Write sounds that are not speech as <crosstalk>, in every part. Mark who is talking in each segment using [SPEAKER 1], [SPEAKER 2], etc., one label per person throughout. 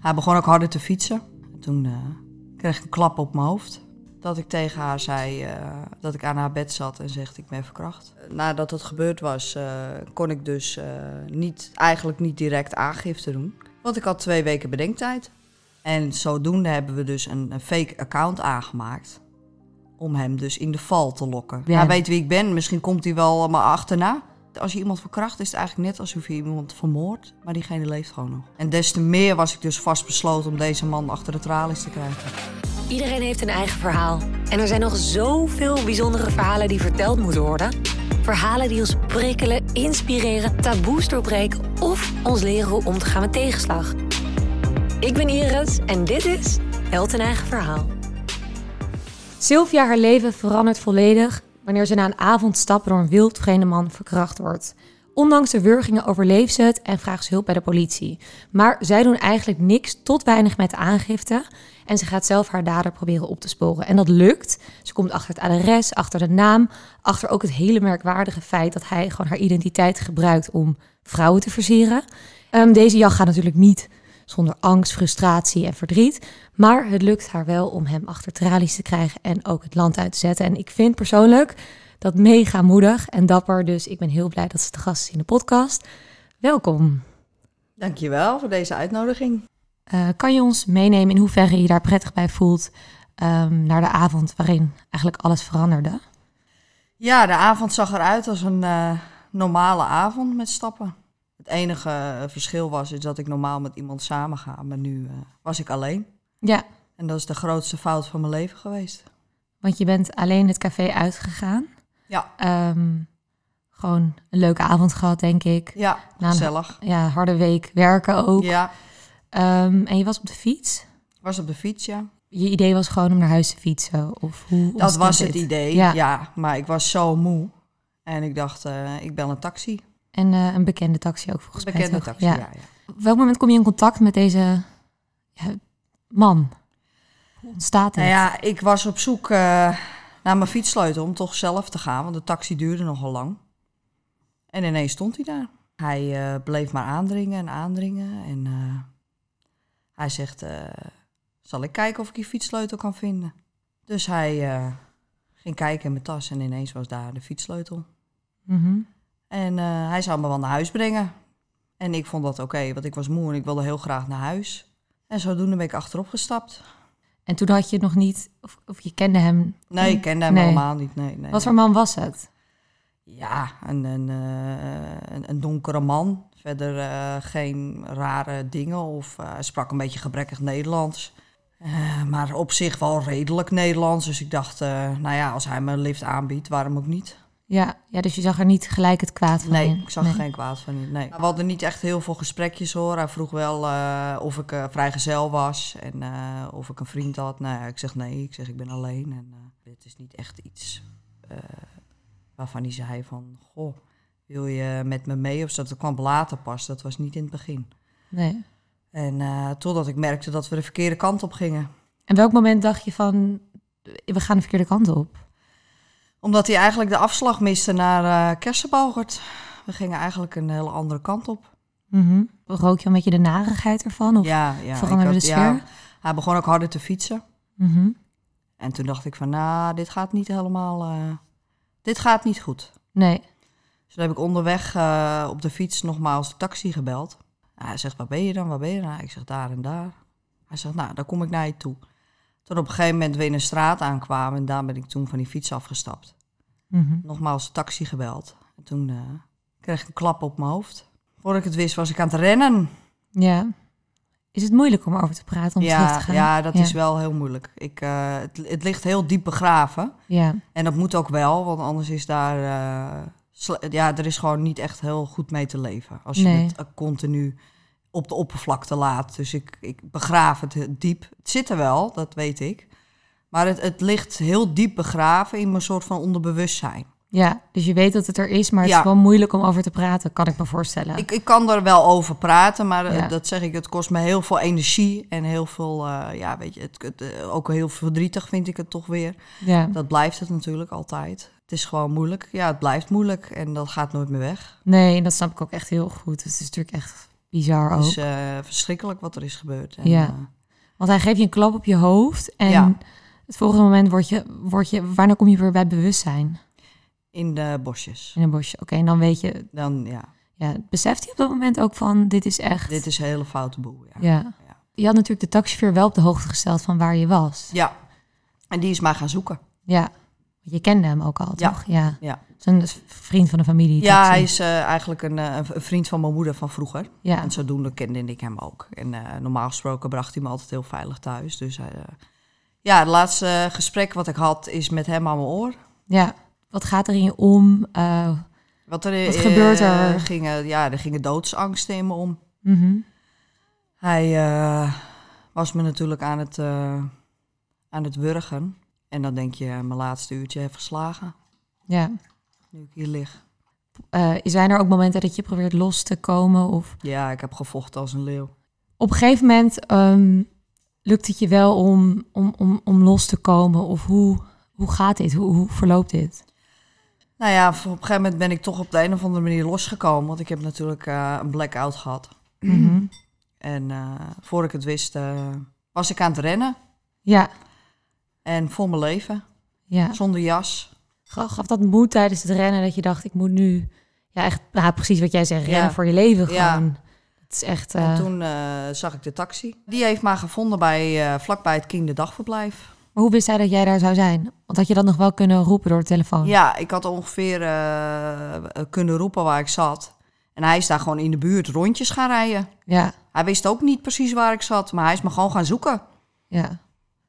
[SPEAKER 1] Hij begon ook harder te fietsen. Toen eh, kreeg ik een klap op mijn hoofd. Dat ik tegen haar zei eh, dat ik aan haar bed zat en zegt ik ben verkracht. Nadat dat gebeurd was, eh, kon ik dus eh, niet, eigenlijk niet direct aangifte doen. Want ik had twee weken bedenktijd. En zodoende hebben we dus een, een fake account aangemaakt. Om hem dus in de val te lokken.
[SPEAKER 2] Ja.
[SPEAKER 1] Hij weet wie ik ben, misschien komt hij wel eh, maar achterna. Als je iemand verkracht, is het eigenlijk net alsof je iemand vermoordt. Maar diegene leeft gewoon nog. En des te meer was ik dus vastbesloten om deze man achter de tralies te krijgen.
[SPEAKER 3] Iedereen heeft een eigen verhaal. En er zijn nog zoveel bijzondere verhalen die verteld moeten worden. Verhalen die ons prikkelen, inspireren, taboes doorbreken of ons leren hoe om te gaan met tegenslag. Ik ben Iris en dit is Held een eigen verhaal.
[SPEAKER 2] Sylvia, haar leven verandert volledig wanneer ze na een avond stappen door een wild vreemde man verkracht wordt. Ondanks de wurgingen overleeft ze het en vraagt ze hulp bij de politie. Maar zij doen eigenlijk niks tot weinig met de aangifte. En ze gaat zelf haar dader proberen op te sporen. En dat lukt. Ze komt achter het adres, achter de naam, achter ook het hele merkwaardige feit dat hij gewoon haar identiteit gebruikt om vrouwen te versieren. Ehm, deze jacht gaat natuurlijk niet zonder angst, frustratie en verdriet. Maar het lukt haar wel om hem achter tralies te krijgen en ook het land uit te zetten. En ik vind persoonlijk dat mega moedig en dapper. Dus ik ben heel blij dat ze te gast is in de podcast. Welkom.
[SPEAKER 1] Dankjewel voor deze uitnodiging.
[SPEAKER 2] Eh, kan je ons meenemen in hoeverre je daar prettig bij voelt ehm, naar de avond waarin eigenlijk alles veranderde?
[SPEAKER 1] Ja, de avond zag eruit als een eh, normale avond met stappen. Het enige eh, verschil was is dat ik normaal met iemand samen ga, maar nu eh, was ik alleen.
[SPEAKER 2] Ja,
[SPEAKER 1] En dat is de grootste fout van mijn leven geweest.
[SPEAKER 2] want je bent alleen het café uitgegaan.
[SPEAKER 1] Ja,
[SPEAKER 2] Ehm, gewoon een leuke avond gehad, denk ik.
[SPEAKER 1] ja
[SPEAKER 2] Nou,
[SPEAKER 1] gezellig.
[SPEAKER 2] Ja, harde week werken ook.
[SPEAKER 1] Ja,
[SPEAKER 2] Ehm, en je was op de fiets.
[SPEAKER 1] was op de fiets, ja.
[SPEAKER 2] je idee was gewoon om naar huis te fietsen? Of
[SPEAKER 1] Dat
[SPEAKER 2] hoe ontstond
[SPEAKER 1] was het
[SPEAKER 2] dit?
[SPEAKER 1] idee,
[SPEAKER 2] Ja.
[SPEAKER 1] ja. Maar ik was zo moe. En ik dacht, eh, ik bel een taxi.
[SPEAKER 2] En eh, een bekende taxi ook volgens mij.
[SPEAKER 1] Bekende
[SPEAKER 2] toch?
[SPEAKER 1] taxi, ja. ja,
[SPEAKER 2] Op welk moment kom je in contact met deze ja, man? Hoe ontstaat het?
[SPEAKER 1] Nou ja, ik was op zoek eh, naar mijn fietssleutel om toch zelf te gaan, want de taxi duurde nogal lang. En ineens stond hij daar. Hij eh, bleef maar aandringen en aandringen. En eh, hij zegt, eh, zal ik kijken of ik die fietssleutel kan vinden? Dus hij eh, ging kijken in mijn tas en ineens was daar de fietssleutel.
[SPEAKER 2] Mhm.
[SPEAKER 1] En eh, hij zou me wel naar huis brengen. En ik vond dat oké, want ik was moe en ik wilde heel graag naar huis. En zodoende ben ik achterop gestapt.
[SPEAKER 2] En toen had je het nog niet, of, of je kende hem.
[SPEAKER 1] Nee, ik kende hem
[SPEAKER 2] Nee.
[SPEAKER 1] helemaal niet. Nee, nee,
[SPEAKER 2] Wat voor man was het?
[SPEAKER 1] Ja, een, een, eh, een, een donkere man. Verder eh, geen rare dingen. Of eh, hij sprak een beetje gebrekkig Nederlands. Eh, maar op zich wel redelijk Nederlands. Dus ik dacht, eh, nou ja, als hij me een lift aanbiedt, waarom ook niet?
[SPEAKER 2] Ja, ja, dus je zag er niet gelijk het kwaad van
[SPEAKER 1] Nee,
[SPEAKER 2] in.
[SPEAKER 1] ik zag er geen kwaad van in. Nee. We hadden niet echt heel veel gesprekjes hoor. Hij vroeg wel eh, of ik eh, vrijgezel was en eh, of ik een vriend had. Nou ja, ik zeg nee. Ik zeg ik ben alleen. En eh, het is niet echt iets eh, waarvan hij zei van... Goh, wil je met me mee? Of zo. dat kwam later pas. Dat was niet in het begin.
[SPEAKER 2] Nee.
[SPEAKER 1] En eh, totdat ik merkte dat we de verkeerde kant op gingen.
[SPEAKER 2] En welk moment dacht je van, we gaan de verkeerde kant op?
[SPEAKER 1] Omdat hij eigenlijk de afslag miste naar eh Kersenbogert. We gingen eigenlijk een hele andere kant op.
[SPEAKER 2] Mhm. Rook je een beetje de narigheid ervan? Of?
[SPEAKER 1] ja, ja, ik
[SPEAKER 2] veranderde
[SPEAKER 1] had-
[SPEAKER 2] de
[SPEAKER 1] Ja,
[SPEAKER 2] sfeer?
[SPEAKER 1] hij begon ook harder te fietsen.
[SPEAKER 2] Mhm.
[SPEAKER 1] En toen dacht ik van, nou, dit gaat niet helemaal... eh, dit gaat niet goed.
[SPEAKER 2] Nee.
[SPEAKER 1] Dus toen heb ik onderweg eh, op de fiets nogmaals de taxi gebeld. Nou, hij zegt, waar ben je dan, waar ben je dan? Ik zeg, daar en daar. Hij zegt, nou, dan kom ik naar je toe. Toen op een gegeven moment we in een straat aankwamen... en daar ben ik toen van die fiets afgestapt.
[SPEAKER 2] Mhm.
[SPEAKER 1] Nogmaals de taxi gebeld. En toen eh, kreeg ik een klap op mijn hoofd. Voordat ik het wist, was ik aan het rennen.
[SPEAKER 2] Ja. Is het moeilijk om over te praten, om terug te
[SPEAKER 1] Ja,
[SPEAKER 2] gaan?
[SPEAKER 1] ja, dat is wel heel moeilijk. Ik, eh, het, het ligt heel diep begraven.
[SPEAKER 2] Ja,
[SPEAKER 1] En dat moet ook wel, want anders is daar. eh, sle- ja, er is gewoon niet echt heel goed mee te leven. Als je
[SPEAKER 2] Nee.
[SPEAKER 1] het eh, continu op de oppervlakte laat. Dus ik, ik begraaf het heel diep. Het zit er wel, dat weet ik. Maar het, het ligt heel diep begraven in mijn soort van onderbewustzijn.
[SPEAKER 2] ja, dus je weet dat het er is, maar het
[SPEAKER 1] Ja.
[SPEAKER 2] is wel moeilijk om over te praten, kan ik me voorstellen.
[SPEAKER 1] Ik, ik kan er wel over praten, maar eh,
[SPEAKER 2] Ja.
[SPEAKER 1] dat zeg ik, het kost me heel veel energie. En heel veel, eh, ja, weet je, het, het, eh, ook heel verdrietig vind ik het toch weer.
[SPEAKER 2] ja.
[SPEAKER 1] Dat blijft het natuurlijk altijd. Het is gewoon moeilijk. Ja, het blijft moeilijk en dat gaat nooit meer weg.
[SPEAKER 2] Nee, en dat snap ik ook echt heel goed. Het is natuurlijk echt Bizar ook.
[SPEAKER 1] Het is eh, verschrikkelijk wat er is gebeurd. En,
[SPEAKER 2] Ja.
[SPEAKER 1] eh,
[SPEAKER 2] Want hij geeft je een klap op je hoofd. En
[SPEAKER 1] Ja.
[SPEAKER 2] het volgende moment word je, word je... Wanneer kom je weer bij bewustzijn?
[SPEAKER 1] in de bosjes.
[SPEAKER 2] In een bosje. Oké, en dan weet je...
[SPEAKER 1] Dan ja,
[SPEAKER 2] Ja, beseft hij op dat moment ook van... Dit is echt...
[SPEAKER 1] dit is een hele foute boel. Ja.
[SPEAKER 2] Ja.
[SPEAKER 1] Ja.
[SPEAKER 2] Je had natuurlijk de taxichauffeur wel op de hoogte gesteld van waar je was.
[SPEAKER 1] Ja. En die is maar gaan zoeken.
[SPEAKER 2] Ja. Want Je kende hem ook al,
[SPEAKER 1] Ja.
[SPEAKER 2] toch? Ja.
[SPEAKER 1] Ja.
[SPEAKER 2] Zo'n vriend van de familie.
[SPEAKER 1] Ja,
[SPEAKER 2] taxi.
[SPEAKER 1] hij is eh, eigenlijk een, eh, een vriend van mijn moeder van vroeger.
[SPEAKER 2] Ja.
[SPEAKER 1] En zodoende kende ik hem ook. En eh, normaal gesproken bracht hij me altijd heel veilig thuis. Dus hij, eh, ja, het laatste eh, gesprek wat ik had is met hem aan mijn oor.
[SPEAKER 2] ja. Wat gaat er in je om? Eh,
[SPEAKER 1] Wat, er,
[SPEAKER 2] Wat
[SPEAKER 1] eh,
[SPEAKER 2] gebeurt er?
[SPEAKER 1] Gingen, ja, er gingen doodsangsten in me om.
[SPEAKER 2] mhm.
[SPEAKER 1] Hij eh, was me natuurlijk aan het, eh, aan het wurgen. En dan denk je, mijn laatste uurtje heeft geslagen.
[SPEAKER 2] Ja.
[SPEAKER 1] Nu ik hier lig.
[SPEAKER 2] Eh, zijn er ook momenten dat je probeert los te komen? Of
[SPEAKER 1] Ja, ik heb gevochten als een leeuw.
[SPEAKER 2] op een gegeven moment ehm, lukt het je wel om, om, om, om los te komen? Of hoe, hoe gaat dit? Hoe, hoe verloopt dit?
[SPEAKER 1] Nou ja, op een gegeven moment ben ik toch op de een of andere manier losgekomen. Want ik heb natuurlijk eh, een blackout gehad.
[SPEAKER 2] Mhm.
[SPEAKER 1] En eh voor ik het wist, eh, was ik aan het rennen.
[SPEAKER 2] Ja,
[SPEAKER 1] En voor mijn leven,
[SPEAKER 2] ja.
[SPEAKER 1] zonder jas.
[SPEAKER 2] Ga- Gaf dat moed tijdens het rennen dat je dacht, ik moet nu... Ja, echt ja, precies wat jij zegt,
[SPEAKER 1] Ja.
[SPEAKER 2] rennen voor je leven
[SPEAKER 1] Ja.
[SPEAKER 2] gewoon. Het is echt... eh,
[SPEAKER 1] En toen eh, zag ik de taxi. Die heeft mij gevonden bij, eh vlakbij het kinderdagverblijf.
[SPEAKER 2] Maar hoe wist hij dat jij daar zou zijn? Want had je dat nog wel kunnen roepen door de telefoon?
[SPEAKER 1] Ja, ik had ongeveer eh, kunnen roepen waar ik zat. En hij is daar gewoon in de buurt rondjes gaan rijden.
[SPEAKER 2] Ja,
[SPEAKER 1] Hij wist ook niet precies waar ik zat, maar hij is me gewoon gaan zoeken.
[SPEAKER 2] ja.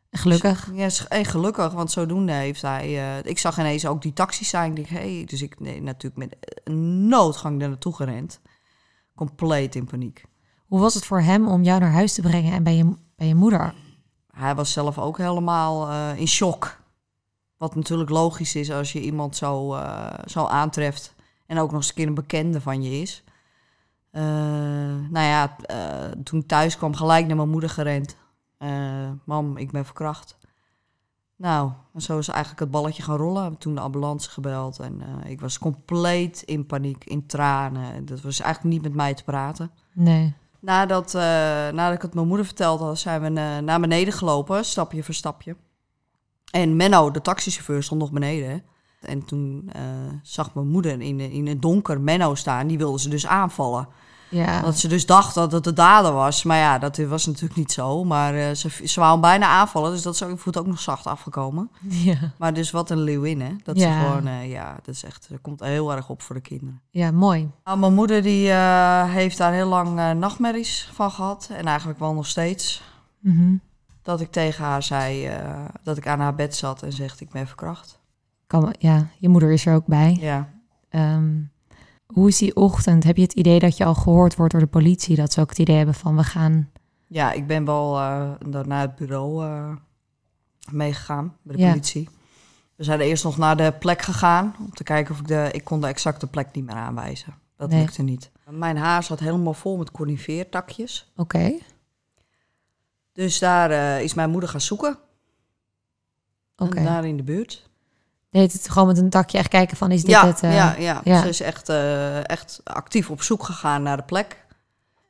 [SPEAKER 2] En Gelukkig.
[SPEAKER 1] Ja, is- en gelukkig, want zodoende heeft hij... eh, ik zag ineens ook die taxis zijn. Ik denk, hey, dus ik nee, natuurlijk met een noodgang daar naartoe gerend. Compleet in paniek.
[SPEAKER 2] Hoe was het voor hem om jou naar huis te brengen en bij je, bij je moeder?
[SPEAKER 1] Hij was zelf ook helemaal eh, in shock. Wat natuurlijk logisch is als je iemand zo, eh, zo aantreft. En ook nog eens een keer een bekende van je is. Eh, nou ja, eh, toen ik thuis kwam, gelijk naar mijn moeder gerend. Eh, Mam, ik ben verkracht. Nou, en zo is eigenlijk het balletje gaan rollen. Toen de ambulance gebeld en eh, ik was compleet in paniek, in tranen. Dat was eigenlijk niet met mij te praten.
[SPEAKER 2] Nee.
[SPEAKER 1] Nadat, eh, nadat ik het mijn moeder verteld had, zijn we eh, naar beneden gelopen, stapje voor stapje. En Menno, de taxichauffeur, stond nog beneden. hè. En toen eh, zag mijn moeder in, in het donker Menno staan. Die wilde ze dus aanvallen.
[SPEAKER 2] Ja.
[SPEAKER 1] Dat ze dus dacht dat het de dader was. Maar ja, dat was natuurlijk niet zo. Maar eh, ze, ze wou hem bijna aanvallen, dus dat is ook, voelt ook nog zacht afgekomen.
[SPEAKER 2] <laughs> Ja.
[SPEAKER 1] Maar dus wat een leeuwin, hè. Dat
[SPEAKER 2] Ja.
[SPEAKER 1] ze gewoon, eh, ja, dat is echt, dat komt heel erg op voor de kinderen.
[SPEAKER 2] ja, mooi.
[SPEAKER 1] Nou, mijn moeder die, eh, heeft daar heel lang eh, nachtmerries van gehad. En eigenlijk wel nog steeds.
[SPEAKER 2] Mhm.
[SPEAKER 1] Dat ik tegen haar zei eh, dat ik aan haar bed zat en zegt ik ben verkracht.
[SPEAKER 2] kan, wel- ja, je moeder is er ook bij.
[SPEAKER 1] Ja.
[SPEAKER 2] Ehm, hoe is die ochtend? Heb je het idee dat je al gehoord wordt door de politie? Dat ze ook het idee hebben van we gaan.
[SPEAKER 1] ja, ik ben wel eh, daar naar het bureau eh, meegegaan bij de
[SPEAKER 2] Ja.
[SPEAKER 1] politie. We zijn eerst nog naar de plek gegaan om te kijken of ik de... Ik kon de exacte plek niet meer aanwijzen. Dat
[SPEAKER 2] Nee.
[SPEAKER 1] lukte niet. Mijn haar zat helemaal vol met conifeertakjes.
[SPEAKER 2] Oké.
[SPEAKER 1] Dus daar eh, is mijn moeder gaan zoeken.
[SPEAKER 2] Oké.
[SPEAKER 1] En daar in de buurt.
[SPEAKER 2] Deed het gewoon met een takje echt kijken van is dit
[SPEAKER 1] ja,
[SPEAKER 2] het? eh,
[SPEAKER 1] ja, ja,
[SPEAKER 2] ja.
[SPEAKER 1] Ze is echt, eh, echt actief op zoek gegaan naar de plek.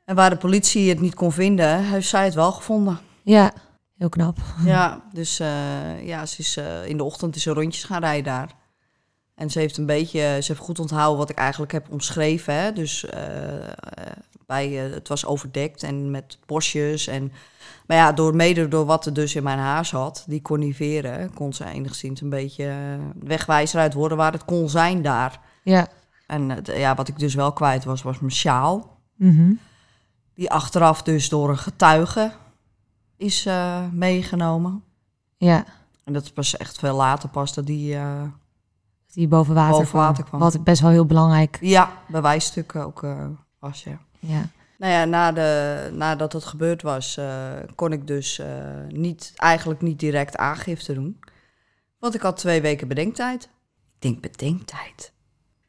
[SPEAKER 1] En waar de politie het niet kon vinden, heeft zij het wel gevonden.
[SPEAKER 2] <laughs> ja. Heel knap.
[SPEAKER 1] Ja, dus eh, ja, ze is, eh, in de ochtend is ze rondjes gaan rijden daar. En ze heeft een beetje, ze heeft goed onthouden wat ik eigenlijk heb omschreven. Hè? Dus eh, eh, bij, eh, het was overdekt en met bosjes. En, maar ja, door, mede door wat er dus in mijn haar zat, die coniveren, kon ze enigszins een beetje eh, wegwijzer uit worden waar het kon zijn daar.
[SPEAKER 2] Ja.
[SPEAKER 1] En eh, de- ja, wat ik dus wel kwijt was, was mijn sjaal.
[SPEAKER 2] Mhm.
[SPEAKER 1] Die achteraf dus door een getuige is eh, meegenomen.
[SPEAKER 2] Ja.
[SPEAKER 1] En dat is pas echt veel later pas dat die... eh,
[SPEAKER 2] Dat Die boven water,
[SPEAKER 1] Boven water kwam.
[SPEAKER 2] Wat best wel heel belangrijk.
[SPEAKER 1] ja, bewijsstuk ook eh, was, ja.
[SPEAKER 2] Ja.
[SPEAKER 1] Nou ja, na de, nadat het gebeurd was, eh, kon ik dus eh, niet, eigenlijk niet direct aangifte doen. Want ik had twee weken bedenktijd. Ik denk bedenktijd.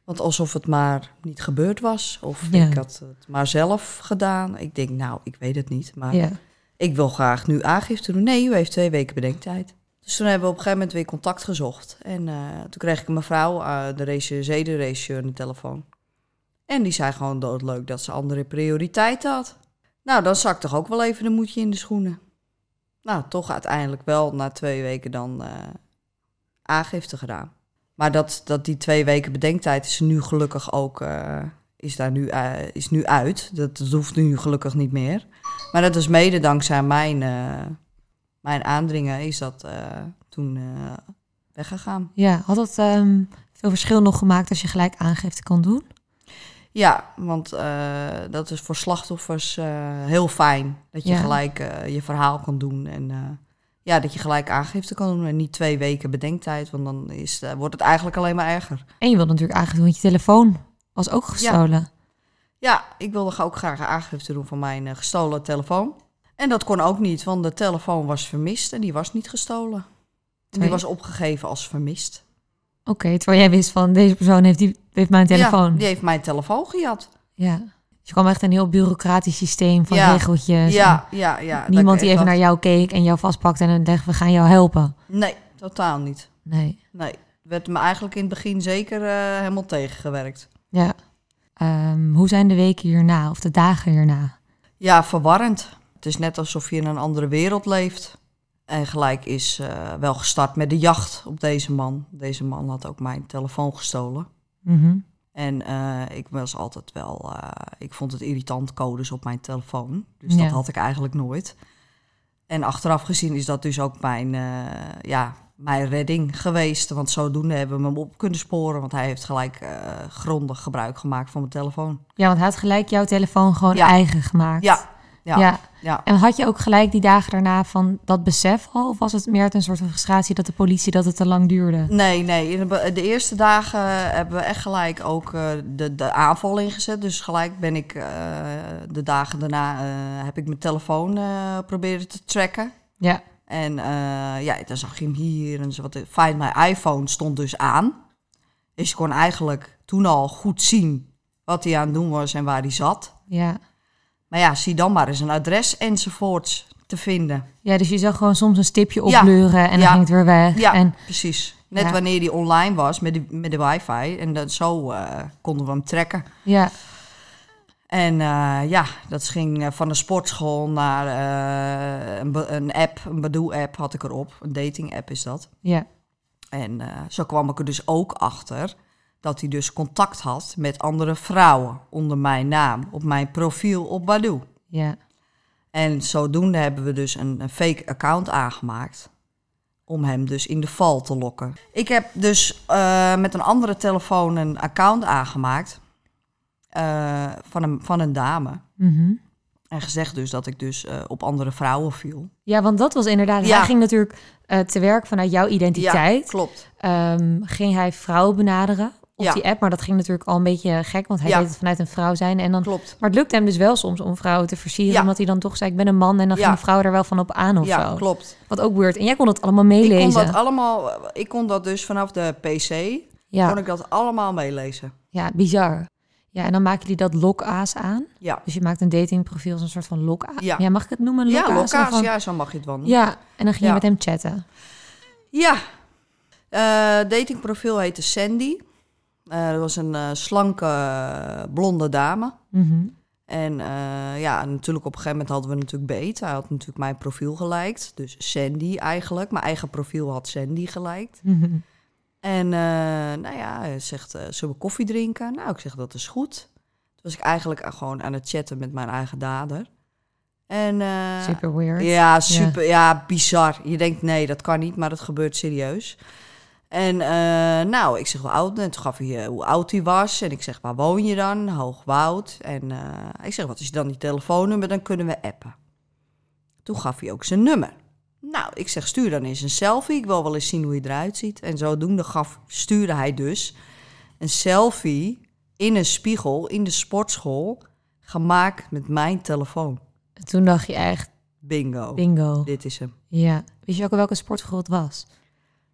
[SPEAKER 1] Want alsof het maar niet gebeurd was. Of
[SPEAKER 2] Ja.
[SPEAKER 1] ik had het maar zelf gedaan. Ik denk, nou, ik weet het niet. Maar
[SPEAKER 2] Ja.
[SPEAKER 1] ik wil graag nu aangifte doen. Nee, u heeft twee weken bedenktijd. Dus toen hebben we op een gegeven moment weer contact gezocht. En eh, toen kreeg ik mevrouw, eh de regisseur, zedenregisseur, aan de telefoon. En die zei gewoon doodleuk dat ze andere prioriteiten had. Nou, dan zakt toch ook wel even een moedje in de schoenen. Nou, toch uiteindelijk wel na twee weken dan eh, aangifte gedaan. Maar dat, dat die twee weken bedenktijd is nu gelukkig ook eh, is daar nu, eh, is nu uit. Dat, dat hoeft nu gelukkig niet meer. Maar dat is mede dankzij mijn, eh, mijn aandringen is dat eh, toen eh, weggegaan.
[SPEAKER 2] Ja, had dat ehm, veel verschil nog gemaakt als je gelijk aangifte kon doen?
[SPEAKER 1] Ja, want eh, dat is voor slachtoffers eh, heel fijn. Dat je
[SPEAKER 2] Ja.
[SPEAKER 1] gelijk eh, je verhaal kan doen. En eh, ja, dat je gelijk aangifte kan doen. En niet twee weken bedenktijd. Want dan is, eh, wordt het eigenlijk alleen maar erger.
[SPEAKER 2] En je wilde natuurlijk aangifte doen, want je telefoon was ook gestolen.
[SPEAKER 1] Ja, ik wilde ook graag aangifte doen van mijn eh, gestolen telefoon. En dat kon ook niet, want de telefoon was vermist en die was niet gestolen. Die
[SPEAKER 2] Nee.
[SPEAKER 1] was opgegeven als vermist.
[SPEAKER 2] Oké, terwijl jij wist van deze persoon heeft, die, heeft mijn telefoon.
[SPEAKER 1] Ja,
[SPEAKER 2] Ja,
[SPEAKER 1] die heeft mijn telefoon gejat.
[SPEAKER 2] Dus je kwam echt in een heel bureaucratisch systeem van
[SPEAKER 1] Ja.
[SPEAKER 2] regeltjes. en
[SPEAKER 1] ja, ja, ja. dat
[SPEAKER 2] Niemand
[SPEAKER 1] ik
[SPEAKER 2] die
[SPEAKER 1] echt
[SPEAKER 2] even naar
[SPEAKER 1] dacht,
[SPEAKER 2] jou keek en jou vastpakte en dan dacht we gaan jou helpen.
[SPEAKER 1] Nee, totaal niet.
[SPEAKER 2] Nee.
[SPEAKER 1] Nee, werd me eigenlijk in het begin zeker eh, helemaal tegengewerkt.
[SPEAKER 2] Ja. Ehm, hoe zijn de weken hierna of de dagen hierna?
[SPEAKER 1] Ja, verwarrend. Het is net alsof je in een andere wereld leeft. En gelijk is eh, wel gestart met de jacht op deze man. Deze man had ook mijn telefoon gestolen.
[SPEAKER 2] Mhm.
[SPEAKER 1] En eh, ik was altijd wel, eh, ik vond het irritant codes op mijn telefoon. Dus
[SPEAKER 2] Ja.
[SPEAKER 1] dat had ik eigenlijk nooit. En achteraf gezien is dat dus ook mijn, eh, ja, mijn redding geweest. Want zodoende hebben we hem op kunnen sporen. Want hij heeft gelijk eh, grondig gebruik gemaakt van mijn telefoon.
[SPEAKER 2] Ja, want hij had gelijk jouw telefoon gewoon
[SPEAKER 1] Ja.
[SPEAKER 2] eigen gemaakt.
[SPEAKER 1] Ja, ja, ja.
[SPEAKER 2] ja. En had je ook gelijk die dagen daarna van dat besef al? Of was het meer uit een soort van frustratie dat de politie dat het te lang duurde?
[SPEAKER 1] Nee, nee. In de, be- de eerste dagen hebben we echt gelijk ook eh, de, de aanval ingezet. Dus gelijk ben ik eh, de dagen daarna eh, heb ik mijn telefoon eh, proberen te tracken.
[SPEAKER 2] Ja.
[SPEAKER 1] En eh, ja, dan zag je hem hier en zo. Wat, Find My iPhone stond dus aan. Dus je kon eigenlijk toen al goed zien wat hij aan het doen was en waar hij zat.
[SPEAKER 2] Ja.
[SPEAKER 1] Maar ja, zie dan maar eens een adres enzovoorts te vinden.
[SPEAKER 2] Ja, dus je zag gewoon soms een stipje
[SPEAKER 1] Ja.
[SPEAKER 2] opbleuren en dan
[SPEAKER 1] Ja.
[SPEAKER 2] ging het weer weg.
[SPEAKER 1] Ja,
[SPEAKER 2] En
[SPEAKER 1] precies. Net
[SPEAKER 2] Ja.
[SPEAKER 1] wanneer hij online was met de, met de wifi. En dat, zo eh, konden we hem trekken.
[SPEAKER 2] ja,
[SPEAKER 1] En eh, ja, dat ging eh, van een sportschool naar eh, een, be- een app, een Badoo-app had ik erop. Een dating-app is dat.
[SPEAKER 2] ja,
[SPEAKER 1] En eh, zo kwam ik er dus ook achter dat hij dus contact had met andere vrouwen onder mijn naam op mijn profiel op Badoo.
[SPEAKER 2] ja.
[SPEAKER 1] En zodoende hebben we dus een, een fake account aangemaakt om hem dus in de val te lokken. Ik heb dus eh, met een andere telefoon een account aangemaakt eh, van, een, van een dame.
[SPEAKER 2] Mhm.
[SPEAKER 1] En gezegd dus dat ik dus eh, op andere vrouwen viel.
[SPEAKER 2] Ja, want dat was inderdaad.
[SPEAKER 1] Ja.
[SPEAKER 2] Hij ging natuurlijk eh, te werk vanuit jouw identiteit.
[SPEAKER 1] klopt.
[SPEAKER 2] Ehm, ging hij vrouwen benaderen op
[SPEAKER 1] Ja.
[SPEAKER 2] die app, maar dat ging natuurlijk al een beetje gek, want hij
[SPEAKER 1] Ja.
[SPEAKER 2] deed het vanuit een vrouw zijn en dan.
[SPEAKER 1] Klopt.
[SPEAKER 2] Maar het lukte hem dus wel soms om vrouwen te versieren,
[SPEAKER 1] Ja.
[SPEAKER 2] omdat hij dan toch zei: ik ben een man, en dan
[SPEAKER 1] Ja.
[SPEAKER 2] ging de vrouw er wel van op aan of
[SPEAKER 1] Ja,
[SPEAKER 2] zo.
[SPEAKER 1] klopt.
[SPEAKER 2] Wat ook weird. En jij kon dat allemaal meelezen.
[SPEAKER 1] Ik kon dat allemaal, ik kon dat dus vanaf de PC, kon
[SPEAKER 2] ja.
[SPEAKER 1] ik dat allemaal meelezen.
[SPEAKER 2] ja, bizar. Ja, en dan maken die dat lokaas aan.
[SPEAKER 1] Ja,
[SPEAKER 2] Dus je maakt een datingprofiel als een soort van lokaas. Ja.
[SPEAKER 1] Ja.
[SPEAKER 2] mag ik het noemen? Lokaas.
[SPEAKER 1] ja
[SPEAKER 2] Zo
[SPEAKER 1] lokaas,
[SPEAKER 2] van-
[SPEAKER 1] ja, zo mag je het wel noemen.
[SPEAKER 2] Ja, en dan ging
[SPEAKER 1] Ja.
[SPEAKER 2] je met hem chatten.
[SPEAKER 1] Ja. Eh, datingprofiel heette Sandy. Eh, dat was een eh, slanke, eh, blonde dame.
[SPEAKER 2] Mhm.
[SPEAKER 1] En eh, ja, natuurlijk op een gegeven moment hadden we natuurlijk beet. Hij had natuurlijk mijn profiel geliked. Dus Sandy eigenlijk. Mijn eigen profiel had Sandy geliked.
[SPEAKER 2] Mhm.
[SPEAKER 1] En eh, nou ja, hij zegt, eh, zullen we koffie drinken? Nou, ik zeg, dat is goed. Toen was ik eigenlijk eh, gewoon aan het chatten met mijn eigen dader. En, eh,
[SPEAKER 2] Super weird.
[SPEAKER 1] ja, super. Ja. bizar. Je denkt, nee, dat kan niet, maar dat gebeurt serieus. En eh, nou, ik zeg hoe oud. En toen gaf hij eh, hoe oud hij was. En ik zeg, waar woon je dan? Hoogwoud. En eh, ik zeg, wat is dan die telefoonnummer? Dan kunnen we appen. Toen gaf hij ook zijn nummer. Nou, ik zeg, stuur dan eens een selfie. Ik wil wel eens zien hoe je eruit ziet. En zodoende gaf, stuurde hij dus een selfie in een spiegel in de sportschool. Gemaakt met mijn telefoon.
[SPEAKER 2] En toen dacht je echt,
[SPEAKER 1] Bingo.
[SPEAKER 2] bingo.
[SPEAKER 1] Dit is hem.
[SPEAKER 2] Ja. Wist je ook al welke sportschool het was?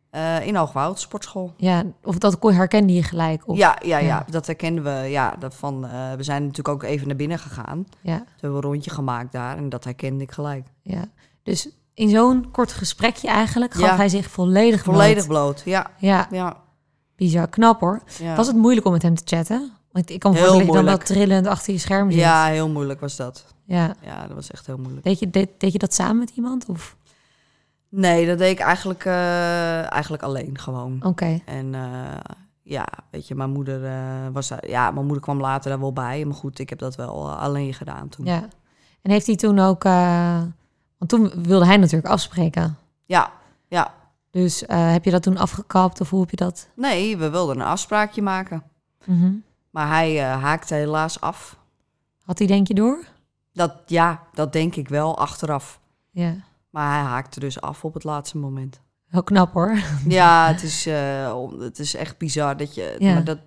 [SPEAKER 1] Eh, in Hoogwoud, sportschool.
[SPEAKER 2] Ja, of dat kon herkende je gelijk. Of,
[SPEAKER 1] Ja, ja, ja,
[SPEAKER 2] ja.
[SPEAKER 1] dat herkenden we. Ja, dat van, eh, we zijn natuurlijk ook even naar binnen gegaan. Toen
[SPEAKER 2] ja,
[SPEAKER 1] hebben we een rondje gemaakt daar en dat herkende ik gelijk.
[SPEAKER 2] ja. Dus in zo'n kort gesprekje eigenlijk gaf
[SPEAKER 1] Ja.
[SPEAKER 2] hij zich volledig bloot.
[SPEAKER 1] Volledig bloot, ja.
[SPEAKER 2] Ja,
[SPEAKER 1] ja,
[SPEAKER 2] bizar. Knap hoor.
[SPEAKER 1] ja.
[SPEAKER 2] Was het moeilijk om met hem te chatten? Want Want ik kan me
[SPEAKER 1] Heel
[SPEAKER 2] voorstellen dat je dan wel
[SPEAKER 1] moeilijk.
[SPEAKER 2] trillend achter je scherm zit.
[SPEAKER 1] Ja, heel moeilijk was dat.
[SPEAKER 2] ja.
[SPEAKER 1] Ja, dat was echt heel moeilijk.
[SPEAKER 2] Deed, je, deed, deed je dat samen met iemand? Of?
[SPEAKER 1] Nee, dat deed ik eigenlijk, eh, eigenlijk alleen gewoon.
[SPEAKER 2] Oké.
[SPEAKER 1] En eh, ja, weet je, mijn moeder eh, was daar, ja, mijn moeder kwam later daar wel bij. Maar goed, ik heb dat wel eh, alleen gedaan toen.
[SPEAKER 2] Ja. En heeft hij toen ook... eh, want toen wilde hij natuurlijk afspreken.
[SPEAKER 1] ja, ja.
[SPEAKER 2] Dus eh, heb je dat toen afgekapt of hoe heb je dat?
[SPEAKER 1] Nee, we wilden een afspraakje maken.
[SPEAKER 2] Mhm.
[SPEAKER 1] Maar hij eh, haakte helaas af.
[SPEAKER 2] Had hij denk je door?
[SPEAKER 1] Dat, ja, dat denk ik wel achteraf.
[SPEAKER 2] Ja.
[SPEAKER 1] Maar hij haakte dus af op het laatste
[SPEAKER 2] <laughs>
[SPEAKER 1] moment.
[SPEAKER 2] Wel knap hoor. <laughs>
[SPEAKER 1] Ja, het is, eh, om- het is echt bizar dat je.
[SPEAKER 2] Ja.
[SPEAKER 1] Maar dat,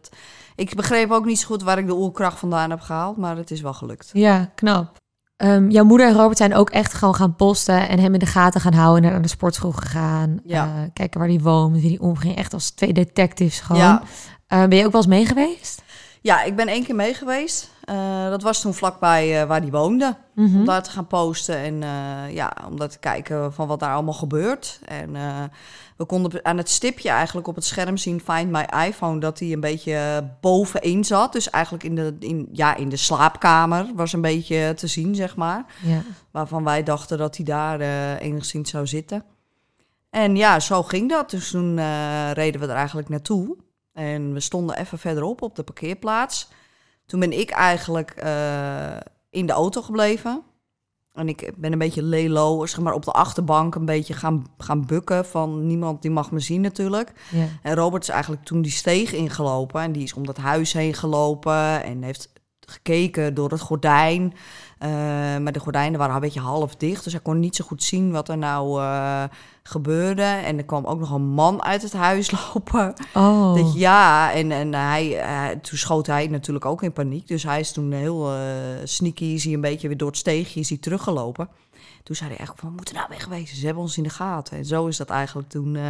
[SPEAKER 1] ik begreep ook niet zo goed waar ik de oerkracht vandaan heb gehaald, maar het is wel gelukt.
[SPEAKER 2] Ja, knap. Ehm, jouw moeder en Robert zijn ook echt gewoon gaan posten en hem in de gaten gaan houden en naar de sportschool gegaan.
[SPEAKER 1] Ja.
[SPEAKER 2] Eh, kijken waar hij woont, met wie hij omging. Echt als twee detectives gewoon.
[SPEAKER 1] Ja.
[SPEAKER 2] Eh, ben je ook wel eens mee geweest?
[SPEAKER 1] Ja, ik ben één keer mee geweest. Eh, dat was toen vlakbij eh, waar die woonde. Om daar te gaan posten en eh, ja, om daar te kijken van wat daar allemaal gebeurt. En eh, we konden aan het stipje eigenlijk op het scherm zien, Find My iPhone, dat hij een beetje eh, bovenin zat. Dus eigenlijk in de, in, ja, in de slaapkamer was een beetje te zien, zeg maar.
[SPEAKER 2] Ja.
[SPEAKER 1] waarvan wij dachten dat hij daar eh, enigszins zou zitten. En ja, zo ging dat. Dus toen eh, reden we er eigenlijk naartoe. En we stonden even verderop op de parkeerplaats. Toen ben ik eigenlijk eh, in de auto gebleven. En ik ben een beetje lelo, zeg maar op de achterbank een beetje gaan, gaan bukken van niemand die mag me zien natuurlijk.
[SPEAKER 2] ja.
[SPEAKER 1] En Robert is eigenlijk toen die steeg ingelopen. En die is om dat huis heen gelopen. En heeft gekeken door het gordijn. Eh, maar de gordijnen waren een beetje half dicht. Dus hij kon niet zo goed zien wat er nou eh, gebeurde. En er kwam ook nog een man uit het huis <laughs> lopen.
[SPEAKER 2] Oh.
[SPEAKER 1] Dat, ja, en, en hij, eh, toen schoot hij natuurlijk ook in paniek. Dus hij is toen heel eh, sneaky, is hij een beetje weer door het steegje, is hij teruggelopen. Toen zei hij echt van, we moeten nou wegwezen, ze hebben ons in de gaten. En zo is dat eigenlijk toen eh,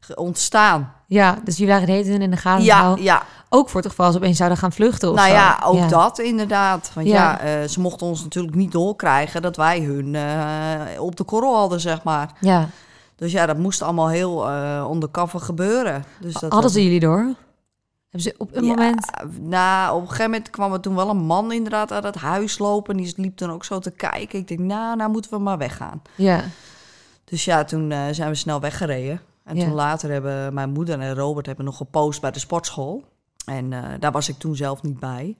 [SPEAKER 1] ge- ontstaan.
[SPEAKER 2] ja, dus jullie waren de hele tijd in de gaten
[SPEAKER 1] Ja,
[SPEAKER 2] gehouden.
[SPEAKER 1] ja.
[SPEAKER 2] Ook voor het geval ze opeens zouden gaan vluchten of
[SPEAKER 1] nou
[SPEAKER 2] zo.
[SPEAKER 1] ja, ook dat inderdaad. Want
[SPEAKER 2] Ja.
[SPEAKER 1] ja, eh, ze mochten ons natuurlijk niet doorkrijgen dat wij hun eh, op de korrel hadden, zeg maar.
[SPEAKER 2] Ja.
[SPEAKER 1] Dus ja, dat moest allemaal heel eh undercover gebeuren. Dus dat
[SPEAKER 2] Hadden
[SPEAKER 1] was-
[SPEAKER 2] ze jullie door? Hebben ze op een
[SPEAKER 1] Ja,
[SPEAKER 2] moment...
[SPEAKER 1] Nou, op een gegeven moment kwam er toen wel een man inderdaad uit het huis lopen. En die liep dan ook zo te kijken. Ik denk, nou, nou moeten we maar weggaan.
[SPEAKER 2] Ja.
[SPEAKER 1] Dus ja, toen eh, zijn we snel weggereden. En
[SPEAKER 2] Ja.
[SPEAKER 1] toen later hebben mijn moeder en Robert hebben nog gepost bij de sportschool. En eh, daar was ik toen zelf niet bij.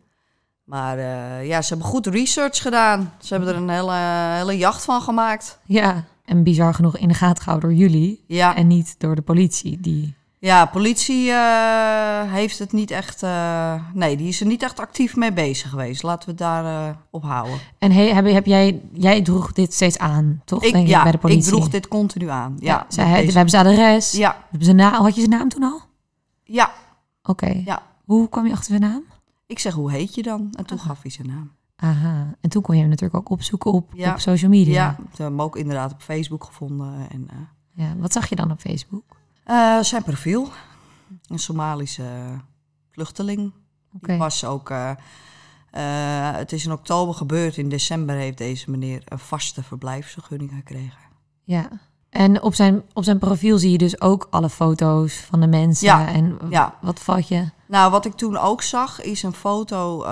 [SPEAKER 1] Maar eh, ja, ze hebben goed research gedaan. Ze hebben er een hele, hele jacht van gemaakt.
[SPEAKER 2] Ja. En bizar genoeg in de gaten gehouden door jullie.
[SPEAKER 1] Ja,
[SPEAKER 2] En niet door de politie die...
[SPEAKER 1] ja politie eh, heeft het niet echt... eh, nee, die is er niet echt actief mee bezig geweest. Laten we het daar eh, op houden.
[SPEAKER 2] En hey, heb, heb jij, jij droeg dit steeds aan, toch?
[SPEAKER 1] Ik,
[SPEAKER 2] Denk
[SPEAKER 1] ja,
[SPEAKER 2] bij de politie.
[SPEAKER 1] ik droeg dit continu aan. Ja,
[SPEAKER 2] Ja,
[SPEAKER 1] met
[SPEAKER 2] zei, hij, we
[SPEAKER 1] deze-
[SPEAKER 2] hebben zijn adres.
[SPEAKER 1] ja,
[SPEAKER 2] We hebben zijn naam. Had je zijn naam toen al?
[SPEAKER 1] ja,
[SPEAKER 2] Oké.
[SPEAKER 1] ja.
[SPEAKER 2] Hoe kwam je achter zijn naam?
[SPEAKER 1] Ik zeg, hoe heet je dan? En toen gaf hij zijn naam.
[SPEAKER 2] Aha. En toen kon je hem natuurlijk ook opzoeken op,
[SPEAKER 1] Ja.
[SPEAKER 2] op social media.
[SPEAKER 1] Ja, toen hebben we hem ook inderdaad op Facebook gevonden. En, eh,
[SPEAKER 2] Ja, Wat zag je dan op Facebook?
[SPEAKER 1] eh, zijn profiel, een Somalische vluchteling.
[SPEAKER 2] Oké.
[SPEAKER 1] Die was ook... eh, eh, het is in oktober gebeurd. In december heeft deze meneer een vaste verblijfsvergunning gekregen.
[SPEAKER 2] Ja. En op zijn, op zijn profiel zie je dus ook alle foto's van de mensen.
[SPEAKER 1] Ja,
[SPEAKER 2] En
[SPEAKER 1] ja.
[SPEAKER 2] wat vat je?
[SPEAKER 1] Nou, wat ik toen ook zag is een foto. eh,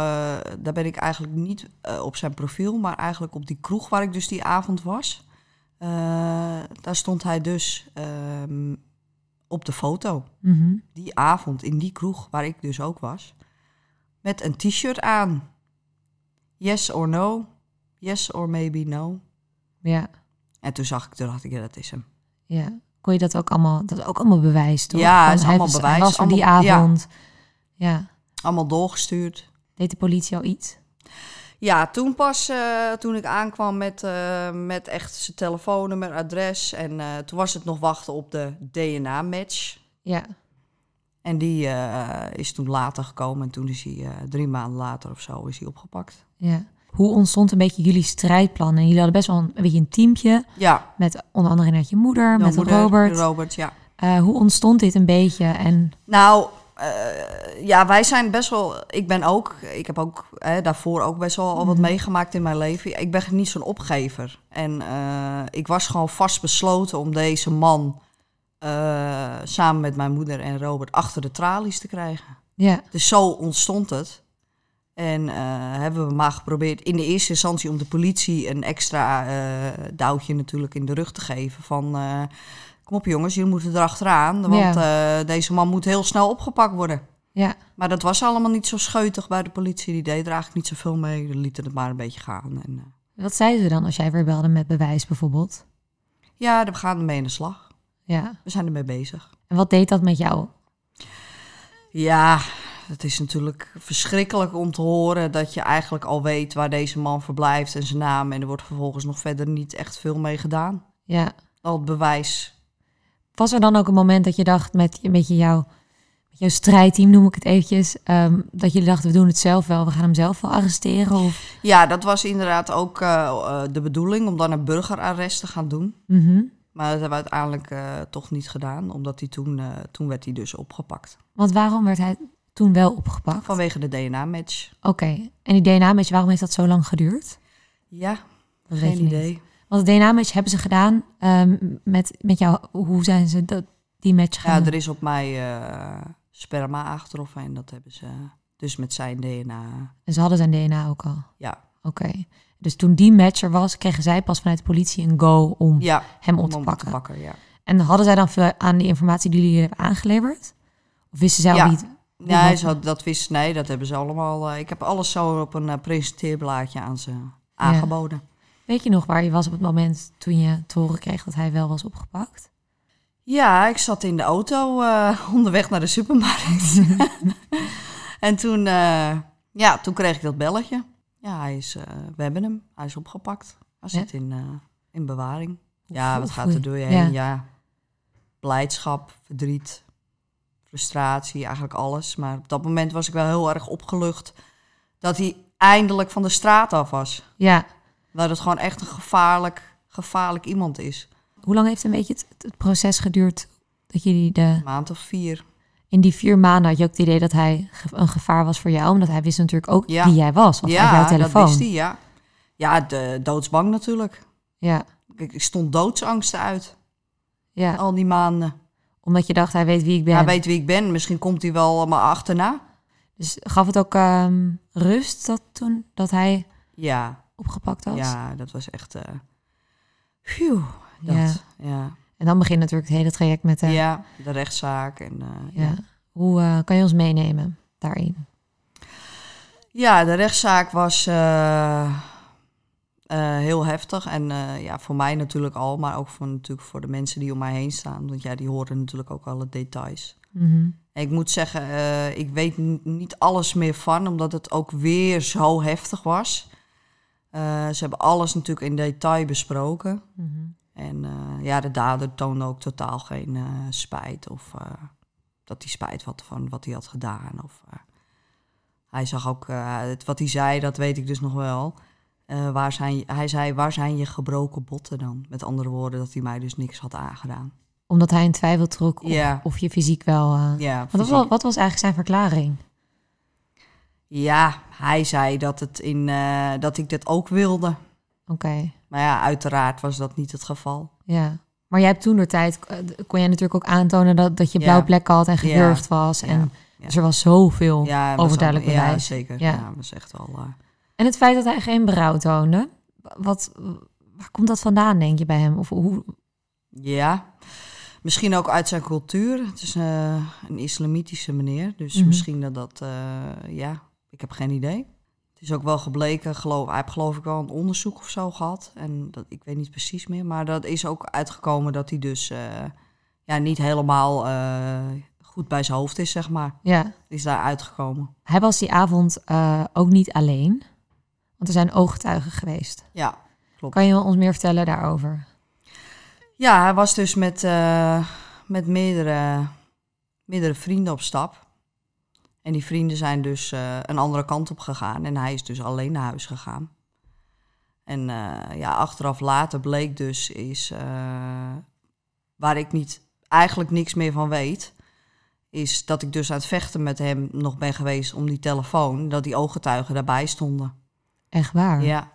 [SPEAKER 1] daar ben ik eigenlijk niet eh, op zijn profiel, maar eigenlijk op die kroeg waar ik dus die avond was. Eh, daar stond hij dus ehm, op de foto.
[SPEAKER 2] Mhm.
[SPEAKER 1] Die avond in die kroeg waar ik dus ook was. Met een t-shirt aan. Yes or no. Yes or maybe no.
[SPEAKER 2] Ja.
[SPEAKER 1] En toen zag ik, toen dacht ik, ja, dat is hem.
[SPEAKER 2] Ja. Kon je dat ook allemaal, dat is ook allemaal bewijs, toch?
[SPEAKER 1] Ja,
[SPEAKER 2] Van
[SPEAKER 1] is
[SPEAKER 2] hij
[SPEAKER 1] allemaal
[SPEAKER 2] was-
[SPEAKER 1] bewijs,
[SPEAKER 2] Hij was er die
[SPEAKER 1] allemaal- ja.
[SPEAKER 2] avond. ja.
[SPEAKER 1] Allemaal doorgestuurd.
[SPEAKER 2] Deed de politie al iets?
[SPEAKER 1] Ja, toen pas, eh, toen ik aankwam met, eh, met echt zijn telefoonnummer, adres. En eh, toen was het nog wachten op de DNA-match.
[SPEAKER 2] Ja.
[SPEAKER 1] En die eh, is toen later gekomen. En toen is hij eh, drie maanden later of zo is hij opgepakt.
[SPEAKER 2] Ja. Hoe ontstond een beetje jullie strijdplan? En jullie hadden best wel een, een beetje een teampje
[SPEAKER 1] Ja,
[SPEAKER 2] met onder andere net je moeder,
[SPEAKER 1] jouw
[SPEAKER 2] met
[SPEAKER 1] moeder,
[SPEAKER 2] Robert.
[SPEAKER 1] Robert, ja.
[SPEAKER 2] Eh, hoe ontstond dit een beetje? En
[SPEAKER 1] Nou, eh, ja, wij zijn best wel. Ik ben ook. Ik heb ook hè, daarvoor ook best wel al wat meegemaakt in mijn leven. Ik ben niet zo'n opgever. En eh, ik was gewoon vastbesloten om deze man eh, samen met mijn moeder en Robert achter de tralies te krijgen.
[SPEAKER 2] Ja.
[SPEAKER 1] Dus zo ontstond het. En eh, hebben we maar geprobeerd in de eerste instantie om de politie een extra eh, duwtje natuurlijk in de rug te geven. Van eh, kom op jongens, jullie moeten erachteraan. Want eh, deze man moet heel snel opgepakt worden.
[SPEAKER 2] Ja.
[SPEAKER 1] Maar dat was allemaal niet zo scheutig bij de politie. Die deed er eigenlijk niet zoveel mee. Die lieten het maar een beetje gaan. En, eh,
[SPEAKER 2] Wat zeiden ze dan als jij weer belde met bewijs bijvoorbeeld?
[SPEAKER 1] ja, we gaan ermee aan de slag.
[SPEAKER 2] Ja.
[SPEAKER 1] We zijn ermee bezig.
[SPEAKER 2] En wat deed dat met jou?
[SPEAKER 1] Ja, het is natuurlijk verschrikkelijk om te horen dat je eigenlijk al weet waar deze man verblijft en zijn naam. En er wordt vervolgens nog verder niet echt veel mee gedaan.
[SPEAKER 2] Ja.
[SPEAKER 1] Al het bewijs.
[SPEAKER 2] Was er dan ook een moment dat je dacht met een beetje jouw, met jouw strijdteam, noem ik het eventjes, ehm, dat jullie dachten we doen het zelf wel, we gaan hem zelf wel arresteren? Of...
[SPEAKER 1] Ja, dat was inderdaad ook eh, eh, de bedoeling om dan een burgerarrest te gaan doen.
[SPEAKER 2] Mhm.
[SPEAKER 1] Maar dat hebben we uiteindelijk eh, toch niet gedaan, omdat hij toen, eh, toen werd hij dus opgepakt.
[SPEAKER 2] Want waarom werd hij toen wel opgepakt? Oké.
[SPEAKER 1] Vanwege de DNA-match.
[SPEAKER 2] En die DNA-match, waarom heeft dat zo lang geduurd?
[SPEAKER 1] Ja,
[SPEAKER 2] Dat weet
[SPEAKER 1] geen
[SPEAKER 2] je niet.
[SPEAKER 1] idee.
[SPEAKER 2] Want de DNA-match hebben ze gedaan ehm, met, met jou. Hoe zijn ze dat, die match gaan
[SPEAKER 1] Ja,
[SPEAKER 2] doen?
[SPEAKER 1] er is op mij eh, sperma aangetroffen en dat hebben ze dus met zijn DNA.
[SPEAKER 2] En ze hadden zijn DNA ook al.
[SPEAKER 1] Ja,
[SPEAKER 2] Oké. Dus toen die match er was, kregen zij pas vanuit de politie een go om
[SPEAKER 1] ja.
[SPEAKER 2] hem
[SPEAKER 1] om
[SPEAKER 2] op te pakken.
[SPEAKER 1] ja.
[SPEAKER 2] En hadden zij dan veel aan die informatie die jullie hebben aangeleverd? Of wisten zij
[SPEAKER 1] Ja.
[SPEAKER 2] al niet?
[SPEAKER 1] Nee,
[SPEAKER 2] wat-
[SPEAKER 1] ze had- dat wist nee, dat hebben ze allemaal. eh, ik heb alles zo op een eh, presenteerblaadje aan ze aangeboden.
[SPEAKER 2] Weet je nog waar je was op het moment toen je te horen kreeg dat hij wel was opgepakt?
[SPEAKER 1] Ja, ik zat in de auto eh, <laughs> onderweg naar de
[SPEAKER 2] <laughs>
[SPEAKER 1] supermarkt. en toen, eh, ja, toen kreeg ik dat belletje. Ja, hij is, eh, we hebben hem. Hij is opgepakt. Hij
[SPEAKER 2] Ja.
[SPEAKER 1] zit in, eh, in bewaring. Ja,
[SPEAKER 2] voel-
[SPEAKER 1] wat
[SPEAKER 2] voel
[SPEAKER 1] gaat
[SPEAKER 2] je?
[SPEAKER 1] er door je
[SPEAKER 2] Ja.
[SPEAKER 1] heen? Ja, blijdschap, verdriet, frustratie, eigenlijk alles. Maar op dat moment was ik wel heel erg opgelucht dat hij eindelijk van de straat af was.
[SPEAKER 2] Ja.
[SPEAKER 1] Dat het gewoon echt een gevaarlijk, gevaarlijk iemand is.
[SPEAKER 2] Hoe lang heeft een beetje het, het proces geduurd dat jullie de...
[SPEAKER 1] Een maand of vier.
[SPEAKER 2] In die vier maanden had je ook het idee dat hij ge- een gevaar was voor jou. Omdat hij wist natuurlijk ook
[SPEAKER 1] Ja.
[SPEAKER 2] wie jij was. Want uit jouw telefoon.
[SPEAKER 1] dat wist hij, ja. Ja, de, doodsbang natuurlijk.
[SPEAKER 2] Ja,
[SPEAKER 1] Ik, ik stond doodsangsten uit
[SPEAKER 2] ja.
[SPEAKER 1] al die maanden.
[SPEAKER 2] Omdat je dacht, hij weet wie ik ben.
[SPEAKER 1] Hij weet wie ik ben, misschien komt hij wel me achterna.
[SPEAKER 2] Dus gaf het ook ehm, rust dat toen dat hij
[SPEAKER 1] Ja,
[SPEAKER 2] opgepakt was?
[SPEAKER 1] ja, dat was echt... eh phew, dat.
[SPEAKER 2] Ja.
[SPEAKER 1] Ja. Ja.
[SPEAKER 2] En dan begint natuurlijk het hele traject met eh, hem.
[SPEAKER 1] de rechtszaak. En, eh,
[SPEAKER 2] Ja. Hoe eh, kan je ons meenemen daarin?
[SPEAKER 1] Ja, de rechtszaak was eh, eh, heel heftig. En eh, ja, voor mij natuurlijk al, maar ook voor, natuurlijk voor de mensen die om mij heen staan. Want ja, die horen natuurlijk ook alle details.
[SPEAKER 2] Mhm.
[SPEAKER 1] Ik moet zeggen, eh, ik weet n- niet alles meer van, omdat het ook weer zo heftig was. Eh, ze hebben alles natuurlijk in detail besproken.
[SPEAKER 2] Mhm.
[SPEAKER 1] En eh, ja, de dader toonde ook totaal geen eh, spijt. Of eh, dat hij spijt had van wat hij had gedaan. Of, eh, hij zag ook, eh, het, wat hij zei, dat weet ik dus nog wel. Eh, waar zijn, je- hij zei, waar zijn je gebroken botten dan? Met andere woorden, dat hij mij dus niks had aangedaan.
[SPEAKER 2] Omdat hij in twijfel trok of,
[SPEAKER 1] Ja.
[SPEAKER 2] of je fysiek wel... eh,
[SPEAKER 1] Ja,
[SPEAKER 2] Want wat,
[SPEAKER 1] fysiek.
[SPEAKER 2] was, wat was eigenlijk zijn verklaring?
[SPEAKER 1] Ja, hij zei dat, het in, eh, dat ik dit ook wilde.
[SPEAKER 2] Oké,
[SPEAKER 1] Maar ja, uiteraard was dat niet het geval.
[SPEAKER 2] ja. Maar jij hebt toen door tijd, eh, kon jij natuurlijk ook aantonen dat, dat je
[SPEAKER 1] Ja.
[SPEAKER 2] blauwe plek had en gewurgd was.
[SPEAKER 1] ja,
[SPEAKER 2] En
[SPEAKER 1] ja.
[SPEAKER 2] Dus er was zoveel
[SPEAKER 1] Ja, het was
[SPEAKER 2] overduidelijk
[SPEAKER 1] allemaal-
[SPEAKER 2] bewijs.
[SPEAKER 1] Ja, zeker.
[SPEAKER 2] Ja.
[SPEAKER 1] Ja, dat is echt wel... eh,
[SPEAKER 2] En het feit dat hij geen berouw toonde, wat, waar komt dat vandaan, denk je, bij hem? Of hoe?
[SPEAKER 1] ja, misschien ook uit zijn cultuur. Het is eh, een islamitische meneer. Dus
[SPEAKER 2] Mhm.
[SPEAKER 1] misschien dat dat... eh, ja, ik heb geen idee. Het is ook wel gebleken, geloof, hij heeft geloof ik wel een onderzoek of zo gehad. En dat, ik weet niet precies meer. Maar dat is ook uitgekomen dat hij dus eh, ja, niet helemaal eh, goed bij zijn hoofd is, zeg maar.
[SPEAKER 2] Ja,
[SPEAKER 1] Is daar uitgekomen.
[SPEAKER 2] hij was die avond eh, ook niet alleen, want er zijn ooggetuigen geweest.
[SPEAKER 1] Ja.
[SPEAKER 2] Kan je ons meer vertellen daarover?
[SPEAKER 1] ja, hij was dus met, eh, met meerdere, meerdere vrienden op stap. En die vrienden zijn dus eh, een andere kant op gegaan. En hij is dus alleen naar huis gegaan. En eh, ja, achteraf later bleek dus, is, eh, waar ik niet, eigenlijk niks meer van weet, is dat ik dus aan het vechten met hem nog ben geweest om die telefoon, dat die ooggetuigen daarbij stonden.
[SPEAKER 2] Echt waar?
[SPEAKER 1] Ja.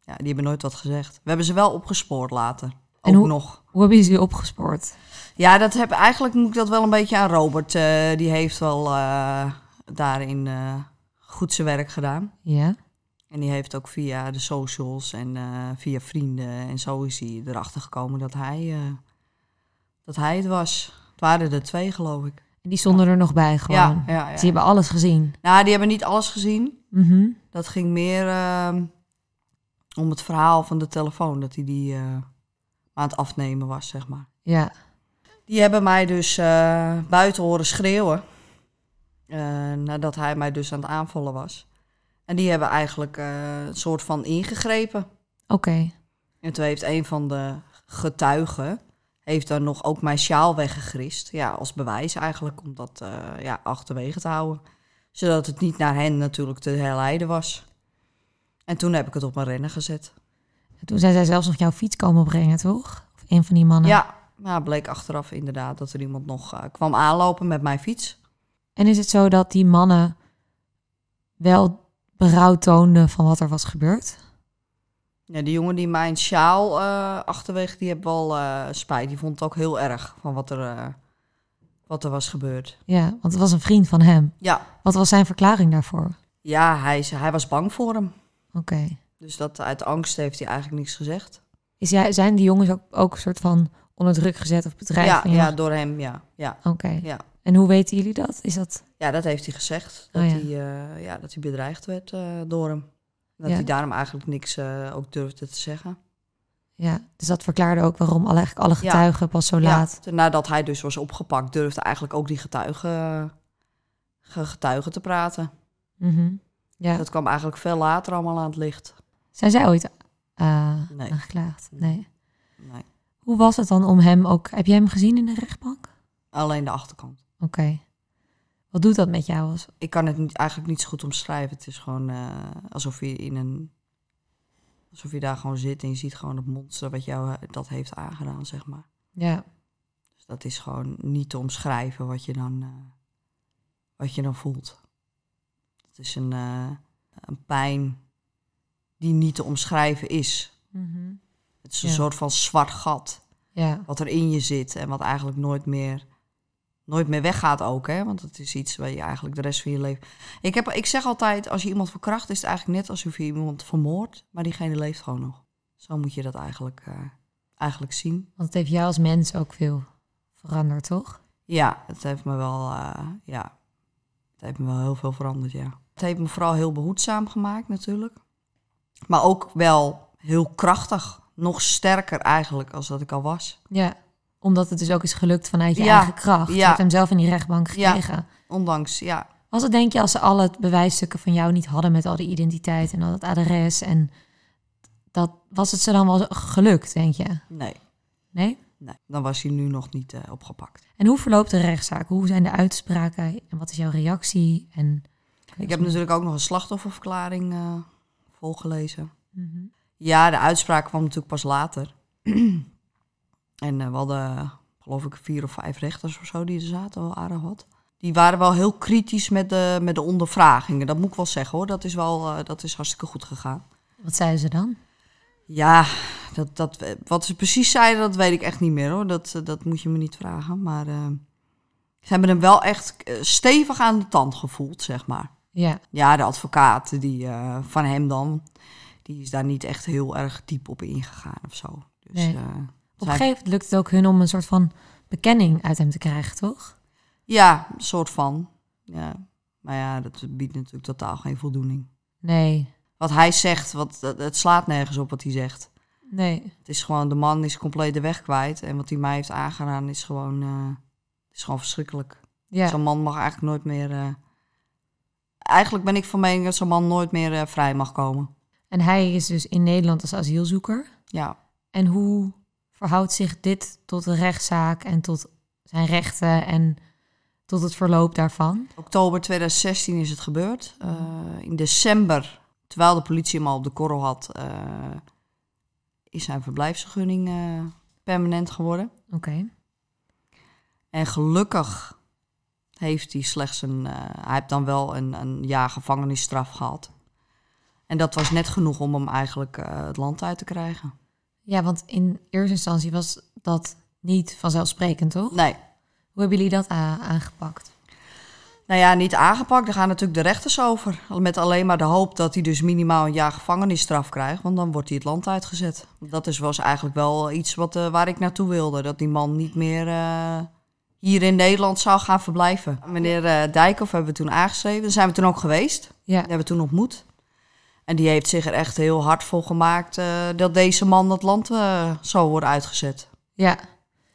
[SPEAKER 1] ja, die hebben nooit wat gezegd. We hebben ze wel opgespoord later.
[SPEAKER 2] En
[SPEAKER 1] Ook
[SPEAKER 2] hoe-
[SPEAKER 1] nog.
[SPEAKER 2] Hoe hebben jullie ze opgespoord?
[SPEAKER 1] Ja, dat heb, eigenlijk moet ik dat wel een beetje aan Robert. eh, die heeft wel eh, daarin eh, goed zijn werk gedaan.
[SPEAKER 2] Ja.
[SPEAKER 1] En die heeft ook via de socials en eh, via vrienden en zo is hij erachter gekomen dat hij, eh, dat hij het was. Het waren er twee, geloof ik.
[SPEAKER 2] En die stonden er nog bij gewoon.
[SPEAKER 1] Ja, ja, ja.
[SPEAKER 2] Dus die hebben alles gezien.
[SPEAKER 1] Nou, die hebben niet alles gezien.
[SPEAKER 2] Mhm.
[SPEAKER 1] Dat ging meer ehm, om het verhaal van de telefoon, dat hij die eh, aan het afnemen was, zeg maar.
[SPEAKER 2] Ja.
[SPEAKER 1] Die hebben mij dus eh, buiten horen schreeuwen. eh, nadat hij mij dus aan het aanvallen was. En die hebben eigenlijk eh, een soort van ingegrepen.
[SPEAKER 2] Oké.
[SPEAKER 1] En toen heeft een van de getuigen heeft dan nog ook mijn sjaal weggegrist. Ja, als bewijs eigenlijk, om dat eh, ja, achterwege te houden. Zodat het niet naar hen natuurlijk te herleiden was. En toen heb ik het op mijn rennen gezet.
[SPEAKER 2] En Toen zijn zij zelfs nog jouw fiets komen brengen, toch? Of een van die mannen.
[SPEAKER 1] Ja, nou, bleek achteraf inderdaad dat er iemand nog eh, kwam aanlopen met mijn fiets.
[SPEAKER 2] En is het zo dat die mannen wel berouw toonden van wat er was gebeurd?
[SPEAKER 1] Ja, die jongen die mijn sjaal eh, achterwege, die heb wel eh, spijt. Die vond het ook heel erg van wat er, eh, wat er was gebeurd.
[SPEAKER 2] Ja, want het was een vriend van hem.
[SPEAKER 1] Ja,
[SPEAKER 2] Wat was zijn verklaring daarvoor?
[SPEAKER 1] ja hij, is- hij was bang voor hem.
[SPEAKER 2] Oké.
[SPEAKER 1] Dus dat uit angst heeft hij eigenlijk niks gezegd.
[SPEAKER 2] Is jij, zijn die jongens ook, ook een soort van onder druk gezet of bedreigd?
[SPEAKER 1] Ja,
[SPEAKER 2] van,
[SPEAKER 1] ja, door hem, ja. Ja,
[SPEAKER 2] Oké.
[SPEAKER 1] ja.
[SPEAKER 2] En hoe weten jullie dat? Is dat...
[SPEAKER 1] ja dat heeft hij gezegd. Dat,
[SPEAKER 2] Oh, ja.
[SPEAKER 1] Hij, eh, ja, dat hij bedreigd werd eh, door hem. Dat
[SPEAKER 2] Ja.
[SPEAKER 1] hij daarom eigenlijk niks eh, ook durfde te zeggen.
[SPEAKER 2] Ja, dus dat verklaarde ook waarom alle, eigenlijk alle
[SPEAKER 1] Ja.
[SPEAKER 2] getuigen pas zo laat...
[SPEAKER 1] Ja, toen- nadat hij dus was opgepakt, durfde eigenlijk ook die getuigen, ge- getuigen te praten.
[SPEAKER 2] Ja. ja.
[SPEAKER 1] Dat kwam eigenlijk veel later allemaal aan het licht.
[SPEAKER 2] Zijn zij ooit eh,
[SPEAKER 1] Nee.
[SPEAKER 2] aangeklaagd? Nee.
[SPEAKER 1] Nee,
[SPEAKER 2] Hoe was het dan om hem ook... Heb jij hem gezien in de rechtbank?
[SPEAKER 1] alleen de achterkant.
[SPEAKER 2] Oké. Wat doet dat met jou? Als...
[SPEAKER 1] Ik kan het niet, eigenlijk niet zo goed omschrijven. Het is gewoon eh, alsof je in een. Alsof je daar gewoon zit en je ziet gewoon het monster wat jou eh, dat heeft aangedaan, zeg maar.
[SPEAKER 2] Ja.
[SPEAKER 1] Dus dat is gewoon niet te omschrijven wat je dan, eh, wat je dan voelt. Het is een, eh, een pijn die niet te omschrijven is.
[SPEAKER 2] Mhm.
[SPEAKER 1] Het is een
[SPEAKER 2] Ja.
[SPEAKER 1] soort van zwart gat
[SPEAKER 2] Ja.
[SPEAKER 1] wat er in je zit en wat eigenlijk nooit meer, nooit meer weggaat ook. Hè? Want het is iets waar je eigenlijk de rest van je leven... Ik, heb, ik zeg altijd, als je iemand verkracht, is het eigenlijk net alsof je iemand vermoordt, maar diegene leeft gewoon nog. Zo moet je dat eigenlijk, eh, eigenlijk zien.
[SPEAKER 2] Want het heeft jou als mens ook veel veranderd, toch?
[SPEAKER 1] Ja, het heeft me wel, eh, ja, het heeft me wel heel veel veranderd, ja. Het heeft me vooral heel behoedzaam gemaakt natuurlijk. Maar ook wel heel krachtig. Nog sterker eigenlijk als dat ik al was.
[SPEAKER 2] Ja. Omdat het dus ook is gelukt vanuit je
[SPEAKER 1] Ja.
[SPEAKER 2] eigen kracht. Je
[SPEAKER 1] Ja.
[SPEAKER 2] hebt hem zelf in die rechtbank
[SPEAKER 1] Ja.
[SPEAKER 2] gekregen.
[SPEAKER 1] Ondanks, ja,
[SPEAKER 2] Was het denk je als ze alle het bewijsstukken van jou niet hadden met al die identiteit en al dat adres en dat was het ze dan wel gelukt, denk je?
[SPEAKER 1] nee.
[SPEAKER 2] Nee?
[SPEAKER 1] nee. Dan was hij nu nog niet eh, opgepakt.
[SPEAKER 2] En hoe verloopt de rechtszaak? Hoe zijn de uitspraken en wat is jouw reactie? En
[SPEAKER 1] Ik heb natuurlijk ook nog een slachtofferverklaring eh, volgelezen.
[SPEAKER 2] Mhm.
[SPEAKER 1] Ja, de uitspraak kwam natuurlijk pas later. <clears throat> en eh, we hadden, geloof ik, vier of vijf rechters of zo die er zaten, wel aardig wat. Die waren wel heel kritisch met de, met de ondervragingen. Dat moet ik wel zeggen hoor. Dat is wel eh, dat is hartstikke goed gegaan.
[SPEAKER 2] Wat zeiden ze dan?
[SPEAKER 1] Ja, dat, dat, wat ze precies zeiden, dat weet ik echt niet meer hoor. Dat, eh, dat moet je me niet vragen. Maar eh, ze hebben hem wel echt eh, stevig aan de tand gevoeld, zeg maar.
[SPEAKER 2] Ja,
[SPEAKER 1] Ja, de advocaat die, eh, van hem dan, die is daar niet echt heel erg diep op ingegaan of zo. Dus,
[SPEAKER 2] Nee.
[SPEAKER 1] eh,
[SPEAKER 2] op een
[SPEAKER 1] zij-
[SPEAKER 2] gegeven moment lukt het ook hun om een soort van bekenning uit hem te krijgen, toch?
[SPEAKER 1] Ja, een soort van. Ja. Maar ja, dat biedt natuurlijk totaal geen voldoening.
[SPEAKER 2] Nee,
[SPEAKER 1] Wat hij zegt, wat, dat- het slaat nergens op wat hij zegt.
[SPEAKER 2] nee.
[SPEAKER 1] Het is gewoon, de man is compleet de weg kwijt. En wat hij mij heeft aangedaan is gewoon, eh, is gewoon verschrikkelijk.
[SPEAKER 2] Ja,
[SPEAKER 1] Zo'n man mag eigenlijk nooit meer... eh, eigenlijk ben ik van mening dat zo'n man nooit meer eh, vrij mag komen.
[SPEAKER 2] en hij is dus in Nederland als asielzoeker.
[SPEAKER 1] Ja.
[SPEAKER 2] En hoe verhoudt zich dit tot de rechtszaak en tot zijn rechten en tot het verloop daarvan?
[SPEAKER 1] Oktober 2016 is het gebeurd. Eh, in december, terwijl de politie hem al op de korrel had, eh, is zijn verblijfsvergunning eh, permanent geworden.
[SPEAKER 2] Oké.
[SPEAKER 1] En gelukkig heeft hij slechts een. eh, hij heeft dan wel een, een jaar gevangenisstraf gehad. En dat was net genoeg om hem eigenlijk eh, het land uit te krijgen.
[SPEAKER 2] Ja, want in eerste instantie was dat niet vanzelfsprekend, toch?
[SPEAKER 1] Nee,
[SPEAKER 2] Hoe hebben jullie dat a- aangepakt?
[SPEAKER 1] Nou ja, niet aangepakt. Daar gaan natuurlijk de rechters over. Met alleen maar de hoop dat hij dus minimaal een jaar gevangenisstraf krijgt. Want dan wordt hij het land uitgezet. Dat is, was eigenlijk wel iets wat, eh, waar ik naartoe wilde. Dat die man niet meer eh, hier in Nederland zou gaan verblijven. Meneer eh, Dijkhoff hebben we toen aangeschreven. Daar zijn we toen ook geweest.
[SPEAKER 2] Ja.
[SPEAKER 1] Die hebben we toen ontmoet. En die heeft zich er echt heel hard voor gemaakt eh, dat deze man dat land eh, zou worden uitgezet.
[SPEAKER 2] Ja.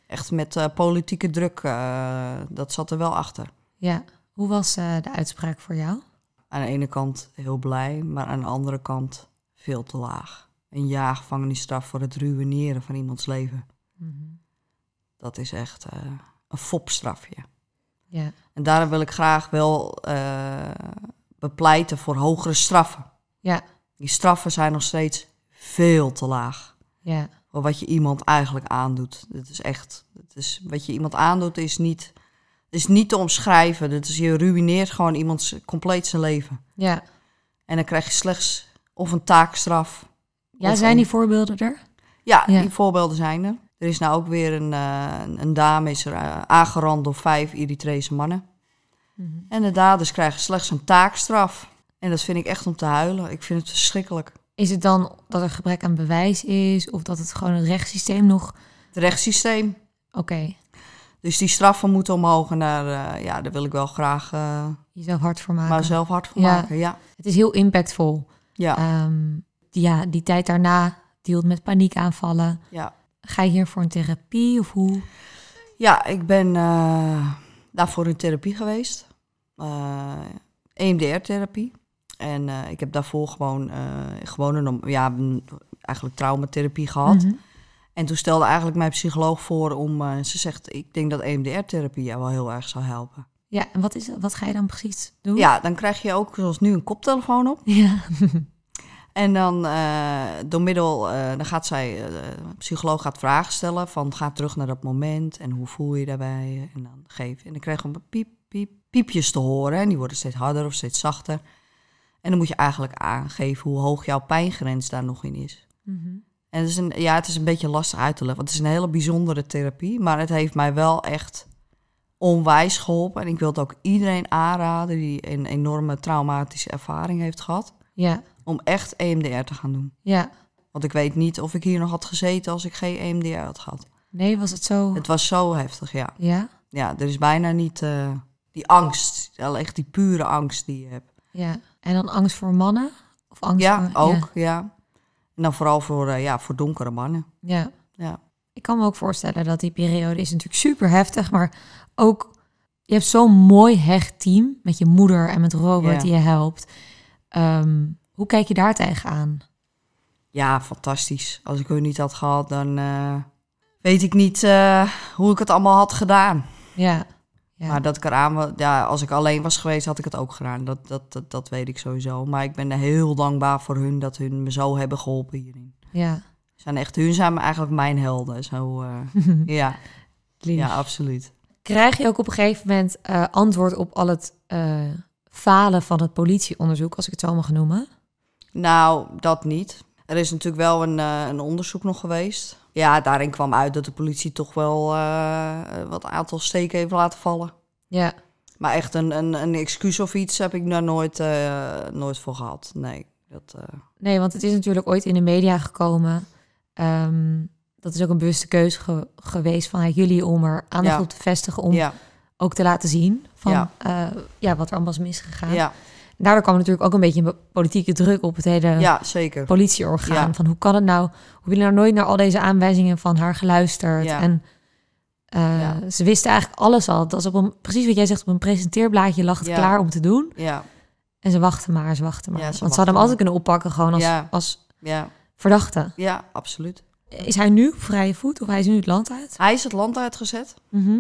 [SPEAKER 1] Echt met eh, politieke druk, eh, dat zat er wel achter.
[SPEAKER 2] Ja. Hoe was eh, de uitspraak voor jou?
[SPEAKER 1] Aan de ene kant heel blij, maar aan de andere kant veel te laag. Een jaar gevangenisstraf voor het ruïneren van iemands leven. Dat is echt eh, een fopstrafje.
[SPEAKER 2] Ja.
[SPEAKER 1] En daarom wil ik graag wel eh, bepleiten voor hogere straffen.
[SPEAKER 2] Ja.
[SPEAKER 1] Die straffen zijn nog steeds veel te laag.
[SPEAKER 2] Ja.
[SPEAKER 1] Voor wat je iemand eigenlijk aandoet. Dit is echt, dit is, wat je iemand aandoet is niet, is niet te omschrijven. Dit is, je ruïneert gewoon iemands compleet zijn leven.
[SPEAKER 2] Ja.
[SPEAKER 1] En dan krijg je slechts of een taakstraf.
[SPEAKER 2] Ja,
[SPEAKER 1] Of
[SPEAKER 2] zijn
[SPEAKER 1] een-
[SPEAKER 2] die voorbeelden er?
[SPEAKER 1] Ja,
[SPEAKER 2] Ja.
[SPEAKER 1] die voorbeelden zijn er. Er is nou ook weer een, eh, een- een dame is er, eh, aangerand door vijf Eritrese mannen. En de daders krijgen slechts een taakstraf. En dat vind ik echt om te huilen. Ik vind het verschrikkelijk.
[SPEAKER 2] Is het dan dat er gebrek aan bewijs is of dat het gewoon het rechtssysteem nog... Oké.
[SPEAKER 1] Het rechtssysteem. Dus die straffen moeten omhoog. En daar, eh, ja, daar wil ik wel graag eh
[SPEAKER 2] Jezelf hard voor maken.
[SPEAKER 1] maar zelf hard voor
[SPEAKER 2] Ja.
[SPEAKER 1] maken. Ja.
[SPEAKER 2] Het is heel impactvol.
[SPEAKER 1] Ja.
[SPEAKER 2] Ehm, die, ja, die tijd daarna dealt met paniekaanvallen.
[SPEAKER 1] ja.
[SPEAKER 2] Ga je hiervoor een therapie of hoe?
[SPEAKER 1] Ja, ik ben eh, daarvoor in therapie geweest. Eh, EMDR-therapie. En eh, ik heb daarvoor gewoon, eh, gewoon een, norm- ja, een- eigenlijk traumatherapie gehad.
[SPEAKER 2] Mhm.
[SPEAKER 1] En toen stelde eigenlijk mijn psycholoog voor om... eh, ze zegt, ik denk dat E EMDR-therapie jou wel heel erg zou helpen.
[SPEAKER 2] Ja, en wat, is, wat ga je dan precies doen?
[SPEAKER 1] Ja, dan krijg je ook zoals nu een koptelefoon op.
[SPEAKER 2] <laughs> Ja.
[SPEAKER 1] En dan eh, door middel, eh, dan gaat zij, eh, de psycholoog gaat vragen stellen van ga terug naar dat moment en hoe voel je je daarbij. En dan geef en dan krijg je een piep, piep, piepjes te horen en die worden steeds harder of steeds zachter. En dan moet je eigenlijk aangeven hoe hoog jouw pijngrens daar nog in is.
[SPEAKER 2] Mhm.
[SPEAKER 1] En het is een, ja, het is een beetje lastig uit te leggen, want het is een hele bijzondere therapie, maar het heeft mij wel echt onwijs geholpen. En ik wil het ook iedereen aanraden die een enorme traumatische ervaring heeft gehad,
[SPEAKER 2] Ja,
[SPEAKER 1] om echt E EMDR te gaan doen.
[SPEAKER 2] ja.
[SPEAKER 1] Want ik weet niet of ik hier nog had gezeten als ik geen E EMDR had gehad.
[SPEAKER 2] Nee, was het zo?
[SPEAKER 1] Het was zo heftig, ja.
[SPEAKER 2] Ja,
[SPEAKER 1] Ja, er is bijna niet eh, die angst. Wel echt die pure angst die je hebt.
[SPEAKER 2] ja. En dan angst voor mannen? Of angst
[SPEAKER 1] ja,
[SPEAKER 2] voor...
[SPEAKER 1] ook, ja. En dan vooral voor, eh, ja, voor donkere mannen.
[SPEAKER 2] Ja, ja.
[SPEAKER 1] Ja.
[SPEAKER 2] Ik kan me ook voorstellen dat die periode is natuurlijk super heftig, maar ook je hebt zo'n mooi hecht team met je moeder en met Robert
[SPEAKER 1] Ja.
[SPEAKER 2] die je helpt. Ehm, hoe kijk je daar tegenaan?
[SPEAKER 1] ja, fantastisch. Als ik hun niet had gehad, dan eh, weet ik niet eh, hoe ik het allemaal had gedaan.
[SPEAKER 2] Ja, ja,
[SPEAKER 1] Maar dat ik eraan, wa- ja, als ik alleen was geweest, had ik het ook gedaan. Dat, dat, dat, dat weet ik sowieso. Maar ik ben er heel dankbaar voor hun dat hun me zo hebben geholpen hierin.
[SPEAKER 2] ja.
[SPEAKER 1] zijn echt, hun zijn eigenlijk mijn helden. Zo, eh, ja,
[SPEAKER 2] Lief.
[SPEAKER 1] ja, absoluut.
[SPEAKER 2] Krijg je ook op een gegeven moment eh, antwoord op al het eh, falen van het politieonderzoek, als ik het zo mag noemen?
[SPEAKER 1] Nou, dat niet. Er is natuurlijk wel een, eh, een onderzoek nog geweest. Ja, daarin kwam uit dat de politie toch wel eh, wat aantal steken heeft laten vallen.
[SPEAKER 2] Ja,
[SPEAKER 1] Maar echt een, een, een excuus of iets heb ik daar nooit, eh, nooit voor gehad. Nee, dat, eh,
[SPEAKER 2] nee, want het is natuurlijk ooit in de media gekomen. Ehm, dat is ook een bewuste keuze ge- geweest van jullie om er aandacht
[SPEAKER 1] Ja.
[SPEAKER 2] op te vestigen, om
[SPEAKER 1] ja,
[SPEAKER 2] ook te laten zien van
[SPEAKER 1] Ja.
[SPEAKER 2] eh, ja, wat er allemaal is misgegaan.
[SPEAKER 1] ja,
[SPEAKER 2] Daardoor kwam natuurlijk ook een beetje een be- politieke druk op het hele
[SPEAKER 1] ja, zeker.
[SPEAKER 2] politieorgaan.
[SPEAKER 1] Ja.
[SPEAKER 2] Van hoe kan het nou? Hoe hebben jullie nou nooit naar al deze aanwijzingen van haar geluisterd?
[SPEAKER 1] Ja.
[SPEAKER 2] En eh,
[SPEAKER 1] Ja.
[SPEAKER 2] ze wisten eigenlijk alles al. Dat is op een, precies wat jij zegt, op een presenteerblaadje lag het
[SPEAKER 1] Ja.
[SPEAKER 2] klaar om te doen.
[SPEAKER 1] Ja,
[SPEAKER 2] En ze wachten maar, ze wachten maar.
[SPEAKER 1] Ja, ze
[SPEAKER 2] Want ze
[SPEAKER 1] wachten
[SPEAKER 2] hadden hem altijd kunnen oppakken gewoon als,
[SPEAKER 1] Ja.
[SPEAKER 2] als
[SPEAKER 1] ja,
[SPEAKER 2] verdachte.
[SPEAKER 1] ja, absoluut.
[SPEAKER 2] Is hij nu op vrije voet of hij is nu het land uit?
[SPEAKER 1] Hij is het land uitgezet.
[SPEAKER 2] Mhm.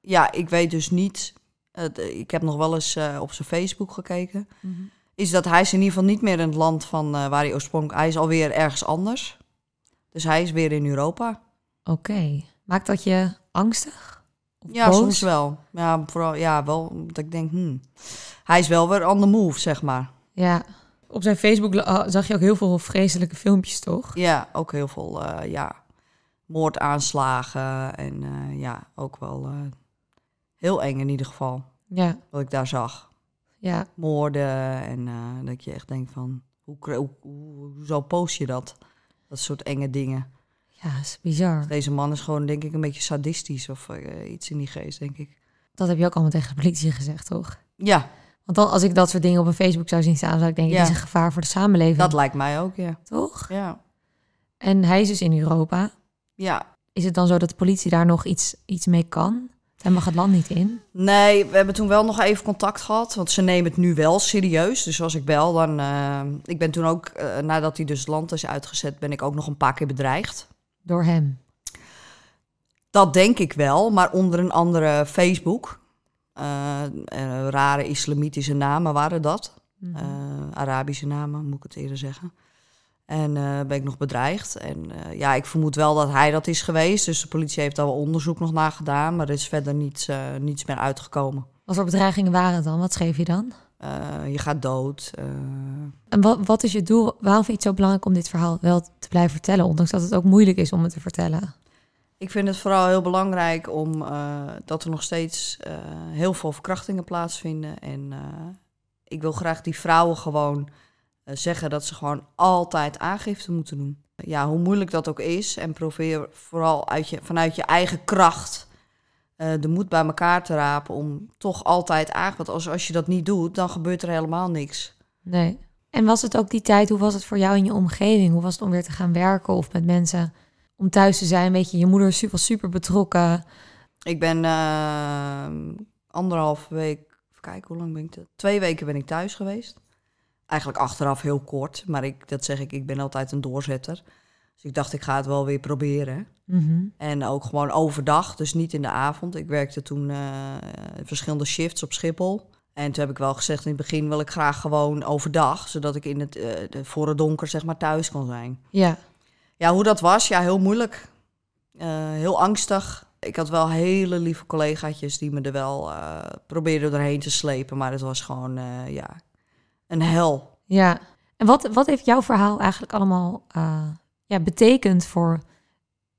[SPEAKER 1] ja, ik weet dus niet. het- ik heb nog wel eens eh, op zijn Facebook gekeken.
[SPEAKER 2] Mhm.
[SPEAKER 1] Is dat hij is in ieder geval niet meer in het land van eh, waar hij oorspronkelijk. Hij is alweer ergens anders. Dus hij is weer in Europa.
[SPEAKER 2] Oké. Maakt dat je angstig? Of
[SPEAKER 1] Ja,
[SPEAKER 2] boos?
[SPEAKER 1] soms wel. Ja, vooral, ja, wel. Dat ik denk, hmm. Hij is wel weer on the move, zeg maar.
[SPEAKER 2] Ja. Op zijn Facebook la- ah, zag je ook heel veel vreselijke filmpjes, toch?
[SPEAKER 1] Ja, ook heel veel, eh, ja. Moordaanslagen en eh, ja, ook wel eh, heel eng in ieder geval.
[SPEAKER 2] Ja,
[SPEAKER 1] Wat ik daar zag.
[SPEAKER 2] ja,
[SPEAKER 1] Moorden en eh, dat je echt denkt van... Hoe, kre- hoe, hoe, hoezo post je dat? Dat soort enge dingen.
[SPEAKER 2] ja, is bizar.
[SPEAKER 1] Deze man is gewoon denk ik een beetje sadistisch of eh, iets in die geest, denk ik.
[SPEAKER 2] Dat heb je ook allemaal tegen de politie gezegd, toch?
[SPEAKER 1] Ja,
[SPEAKER 2] Want dan, als ik dat soort dingen op een Facebook zou zien staan, zou ik denken,
[SPEAKER 1] Ja.
[SPEAKER 2] dit is een gevaar voor de samenleving,
[SPEAKER 1] dat lijkt mij ook, ja.
[SPEAKER 2] toch?
[SPEAKER 1] Ja,
[SPEAKER 2] En hij is dus in Europa.
[SPEAKER 1] ja
[SPEAKER 2] Is het dan zo dat de politie daar nog iets, iets mee kan? Hij mag het land niet in.
[SPEAKER 1] Nee, we hebben toen wel nog even contact gehad. Want ze nemen het nu wel serieus. Dus als ik bel, dan... eh, ik ben toen ook, eh, nadat hij dus het land is uitgezet... ben ik ook nog een paar keer bedreigd.
[SPEAKER 2] Door hem.
[SPEAKER 1] Dat denk ik wel, maar onder een andere Facebook. Eh, eh, rare islamitische namen waren dat.
[SPEAKER 2] Mhm.
[SPEAKER 1] Eh, Arabische namen, moet ik het eerder zeggen. En eh, ben ik nog bedreigd. En eh, ja, ik vermoed wel dat hij dat is geweest. Dus de politie heeft daar wel onderzoek nog naar gedaan. Maar er is verder niets, eh, niets meer uitgekomen.
[SPEAKER 2] Wat voor bedreigingen waren het dan? Wat schreef je dan?
[SPEAKER 1] Eh, je gaat dood. eh.
[SPEAKER 2] En wat, wat is je doel? Waarom vind je het zo belangrijk om dit verhaal wel te blijven vertellen? Ondanks dat het ook moeilijk is om het te vertellen.
[SPEAKER 1] ik vind het vooral heel belangrijk om eh, dat er nog steeds eh, heel veel verkrachtingen plaatsvinden. En eh, ik wil graag die vrouwen gewoon eh, zeggen dat ze gewoon altijd aangifte moeten doen. Ja, hoe moeilijk dat ook is. En probeer vooral uit je, vanuit je eigen kracht eh, de moed bij elkaar te rapen om toch altijd aangifte. Want als, als je dat niet doet, dan gebeurt er helemaal niks.
[SPEAKER 2] Nee. En was het ook die tijd, hoe was het voor jou in je omgeving? Hoe was het om weer te gaan werken of met mensen? Om thuis te zijn, weet je, je moeder is super, super betrokken.
[SPEAKER 1] Ik ben eh, anderhalf week, even kijken hoe lang ben ik te- Twee weken ben ik thuis geweest. Eigenlijk achteraf heel kort, maar ik, dat zeg ik, ik ben altijd een doorzetter. Dus ik dacht, ik ga het wel weer proberen.
[SPEAKER 2] Mhm.
[SPEAKER 1] En ook gewoon overdag, dus niet in de avond. Ik werkte toen eh, verschillende shifts op Schiphol. En toen heb ik wel gezegd, in het begin wil ik graag gewoon overdag, zodat ik in het, eh, de- voor het donker zeg maar thuis kon zijn.
[SPEAKER 2] Ja,
[SPEAKER 1] Ja, hoe dat was, ja, heel moeilijk. Eh, heel angstig. Ik had wel hele lieve collegaatjes die me er wel eh, probeerden doorheen te slepen. Maar het was gewoon, eh, ja, een hel.
[SPEAKER 2] ja. En wat, wat heeft jouw verhaal eigenlijk allemaal eh, ja, betekend voor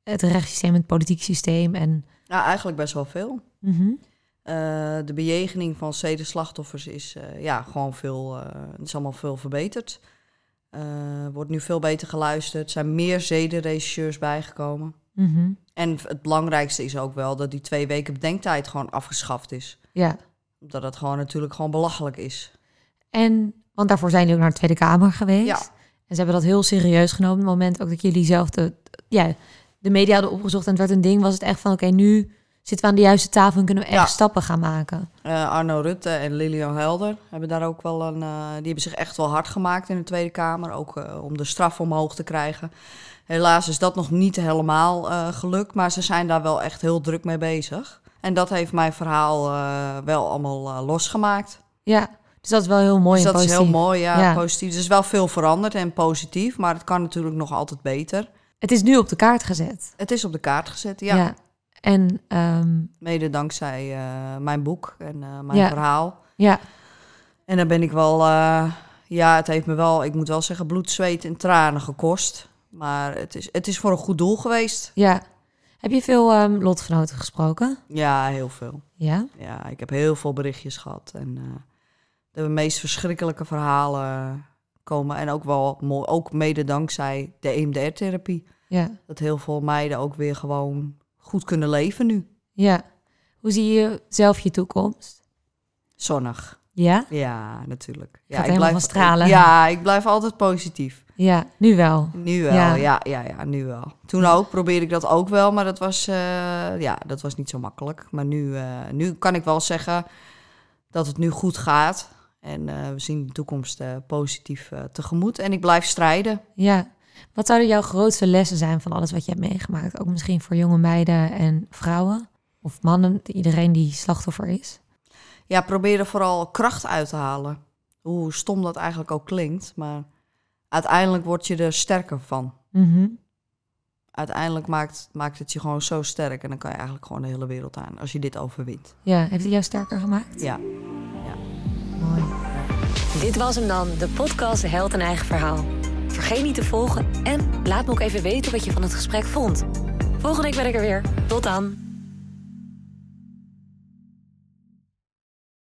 [SPEAKER 2] het rechtssysteem, het politiek systeem? En,
[SPEAKER 1] Nou, eigenlijk best wel veel.
[SPEAKER 2] Mhm.
[SPEAKER 1] Eh, de bejegening van zedenslachtoffers is, eh, ja, gewoon veel, eh, is allemaal veel verbeterd. Eh, wordt nu veel beter geluisterd. Er zijn meer zedenregisseurs bijgekomen.
[SPEAKER 2] Mhm.
[SPEAKER 1] En het belangrijkste is ook wel dat die twee weken bedenktijd gewoon afgeschaft is.
[SPEAKER 2] Ja.
[SPEAKER 1] Omdat dat gewoon natuurlijk gewoon belachelijk is.
[SPEAKER 2] En, want daarvoor zijn jullie ook naar de Tweede Kamer geweest.
[SPEAKER 1] Ja.
[SPEAKER 2] En ze hebben dat heel serieus genomen. Op het moment ook dat jullie zelf de, ja, de media hadden opgezocht en het werd een ding, was het echt van oké, nu zitten we aan de juiste tafel en kunnen we echt
[SPEAKER 1] Ja.
[SPEAKER 2] stappen gaan maken.
[SPEAKER 1] Eh, Arno Rutte en Lilian Helder hebben daar ook wel een. eh, die hebben zich echt wel hard gemaakt in de Tweede Kamer. Ook eh, om de straf omhoog te krijgen. Helaas is dat nog niet helemaal eh, gelukt. Maar ze zijn daar wel echt heel druk mee bezig. En dat heeft mijn verhaal eh, wel allemaal eh, losgemaakt.
[SPEAKER 2] Ja, dus dat is wel heel mooi.
[SPEAKER 1] dus
[SPEAKER 2] en
[SPEAKER 1] dat is heel
[SPEAKER 2] positief.
[SPEAKER 1] mooi, ja,
[SPEAKER 2] Ja.
[SPEAKER 1] positief. Er is wel veel veranderd en positief. Maar het kan natuurlijk nog altijd beter.
[SPEAKER 2] Het is nu op de kaart gezet.
[SPEAKER 1] Het is op de kaart gezet, ja.
[SPEAKER 2] En ehm,
[SPEAKER 1] Mede dankzij eh, mijn boek en eh, mijn
[SPEAKER 2] Ja.
[SPEAKER 1] verhaal.
[SPEAKER 2] ja,
[SPEAKER 1] En dan ben ik wel, eh, ja, het heeft me wel, ik moet wel zeggen, bloed, zweet en tranen gekost. Maar het is, het is voor een goed doel geweest.
[SPEAKER 2] ja. Heb je veel ehm, lotgenoten gesproken?
[SPEAKER 1] Ja, heel veel.
[SPEAKER 2] Ja.
[SPEAKER 1] Ja, ik heb heel veel berichtjes gehad. En eh, de meest verschrikkelijke verhalen komen. En ook wel, mooi- ook mede dankzij de EMDR-therapie.
[SPEAKER 2] Ja.
[SPEAKER 1] Dat heel veel meiden ook weer gewoon goed kunnen leven nu.
[SPEAKER 2] Ja. Hoe zie je zelf je toekomst?
[SPEAKER 1] Zonnig.
[SPEAKER 2] Ja.
[SPEAKER 1] Ja, natuurlijk. Ja,
[SPEAKER 2] Gaat helemaal van stralen.
[SPEAKER 1] Ja, ik blijf altijd positief.
[SPEAKER 2] Ja, nu wel.
[SPEAKER 1] Nu wel,
[SPEAKER 2] Ja.
[SPEAKER 1] ja. Ja, ja, nu wel. Toen ook probeerde ik dat ook wel, maar dat was, eh, ja, dat was niet zo makkelijk. Maar nu, eh, nu kan ik wel zeggen dat het nu goed gaat. En eh, we zien de toekomst eh, positief eh, tegemoet. En ik blijf strijden.
[SPEAKER 2] Ja. Wat zouden jouw grootste lessen zijn van alles wat je hebt meegemaakt? Ook misschien voor jonge meiden en vrouwen of mannen, iedereen die slachtoffer is.
[SPEAKER 1] Ja, probeer er vooral kracht uit te halen. Hoe stom dat eigenlijk ook klinkt, maar uiteindelijk word je er sterker van.
[SPEAKER 2] Mhm.
[SPEAKER 1] Uiteindelijk maakt, maakt het je gewoon zo sterk. En dan kan je eigenlijk gewoon de hele wereld aan als je dit overwint.
[SPEAKER 2] Ja, heeft het jou sterker gemaakt?
[SPEAKER 1] Ja.
[SPEAKER 2] Mooi.
[SPEAKER 3] Dit was hem dan, de podcast Held en Eigen Verhaal. Vergeet niet te volgen en laat me ook even weten wat je van het gesprek vond. Volgende week ben ik er weer. Tot dan.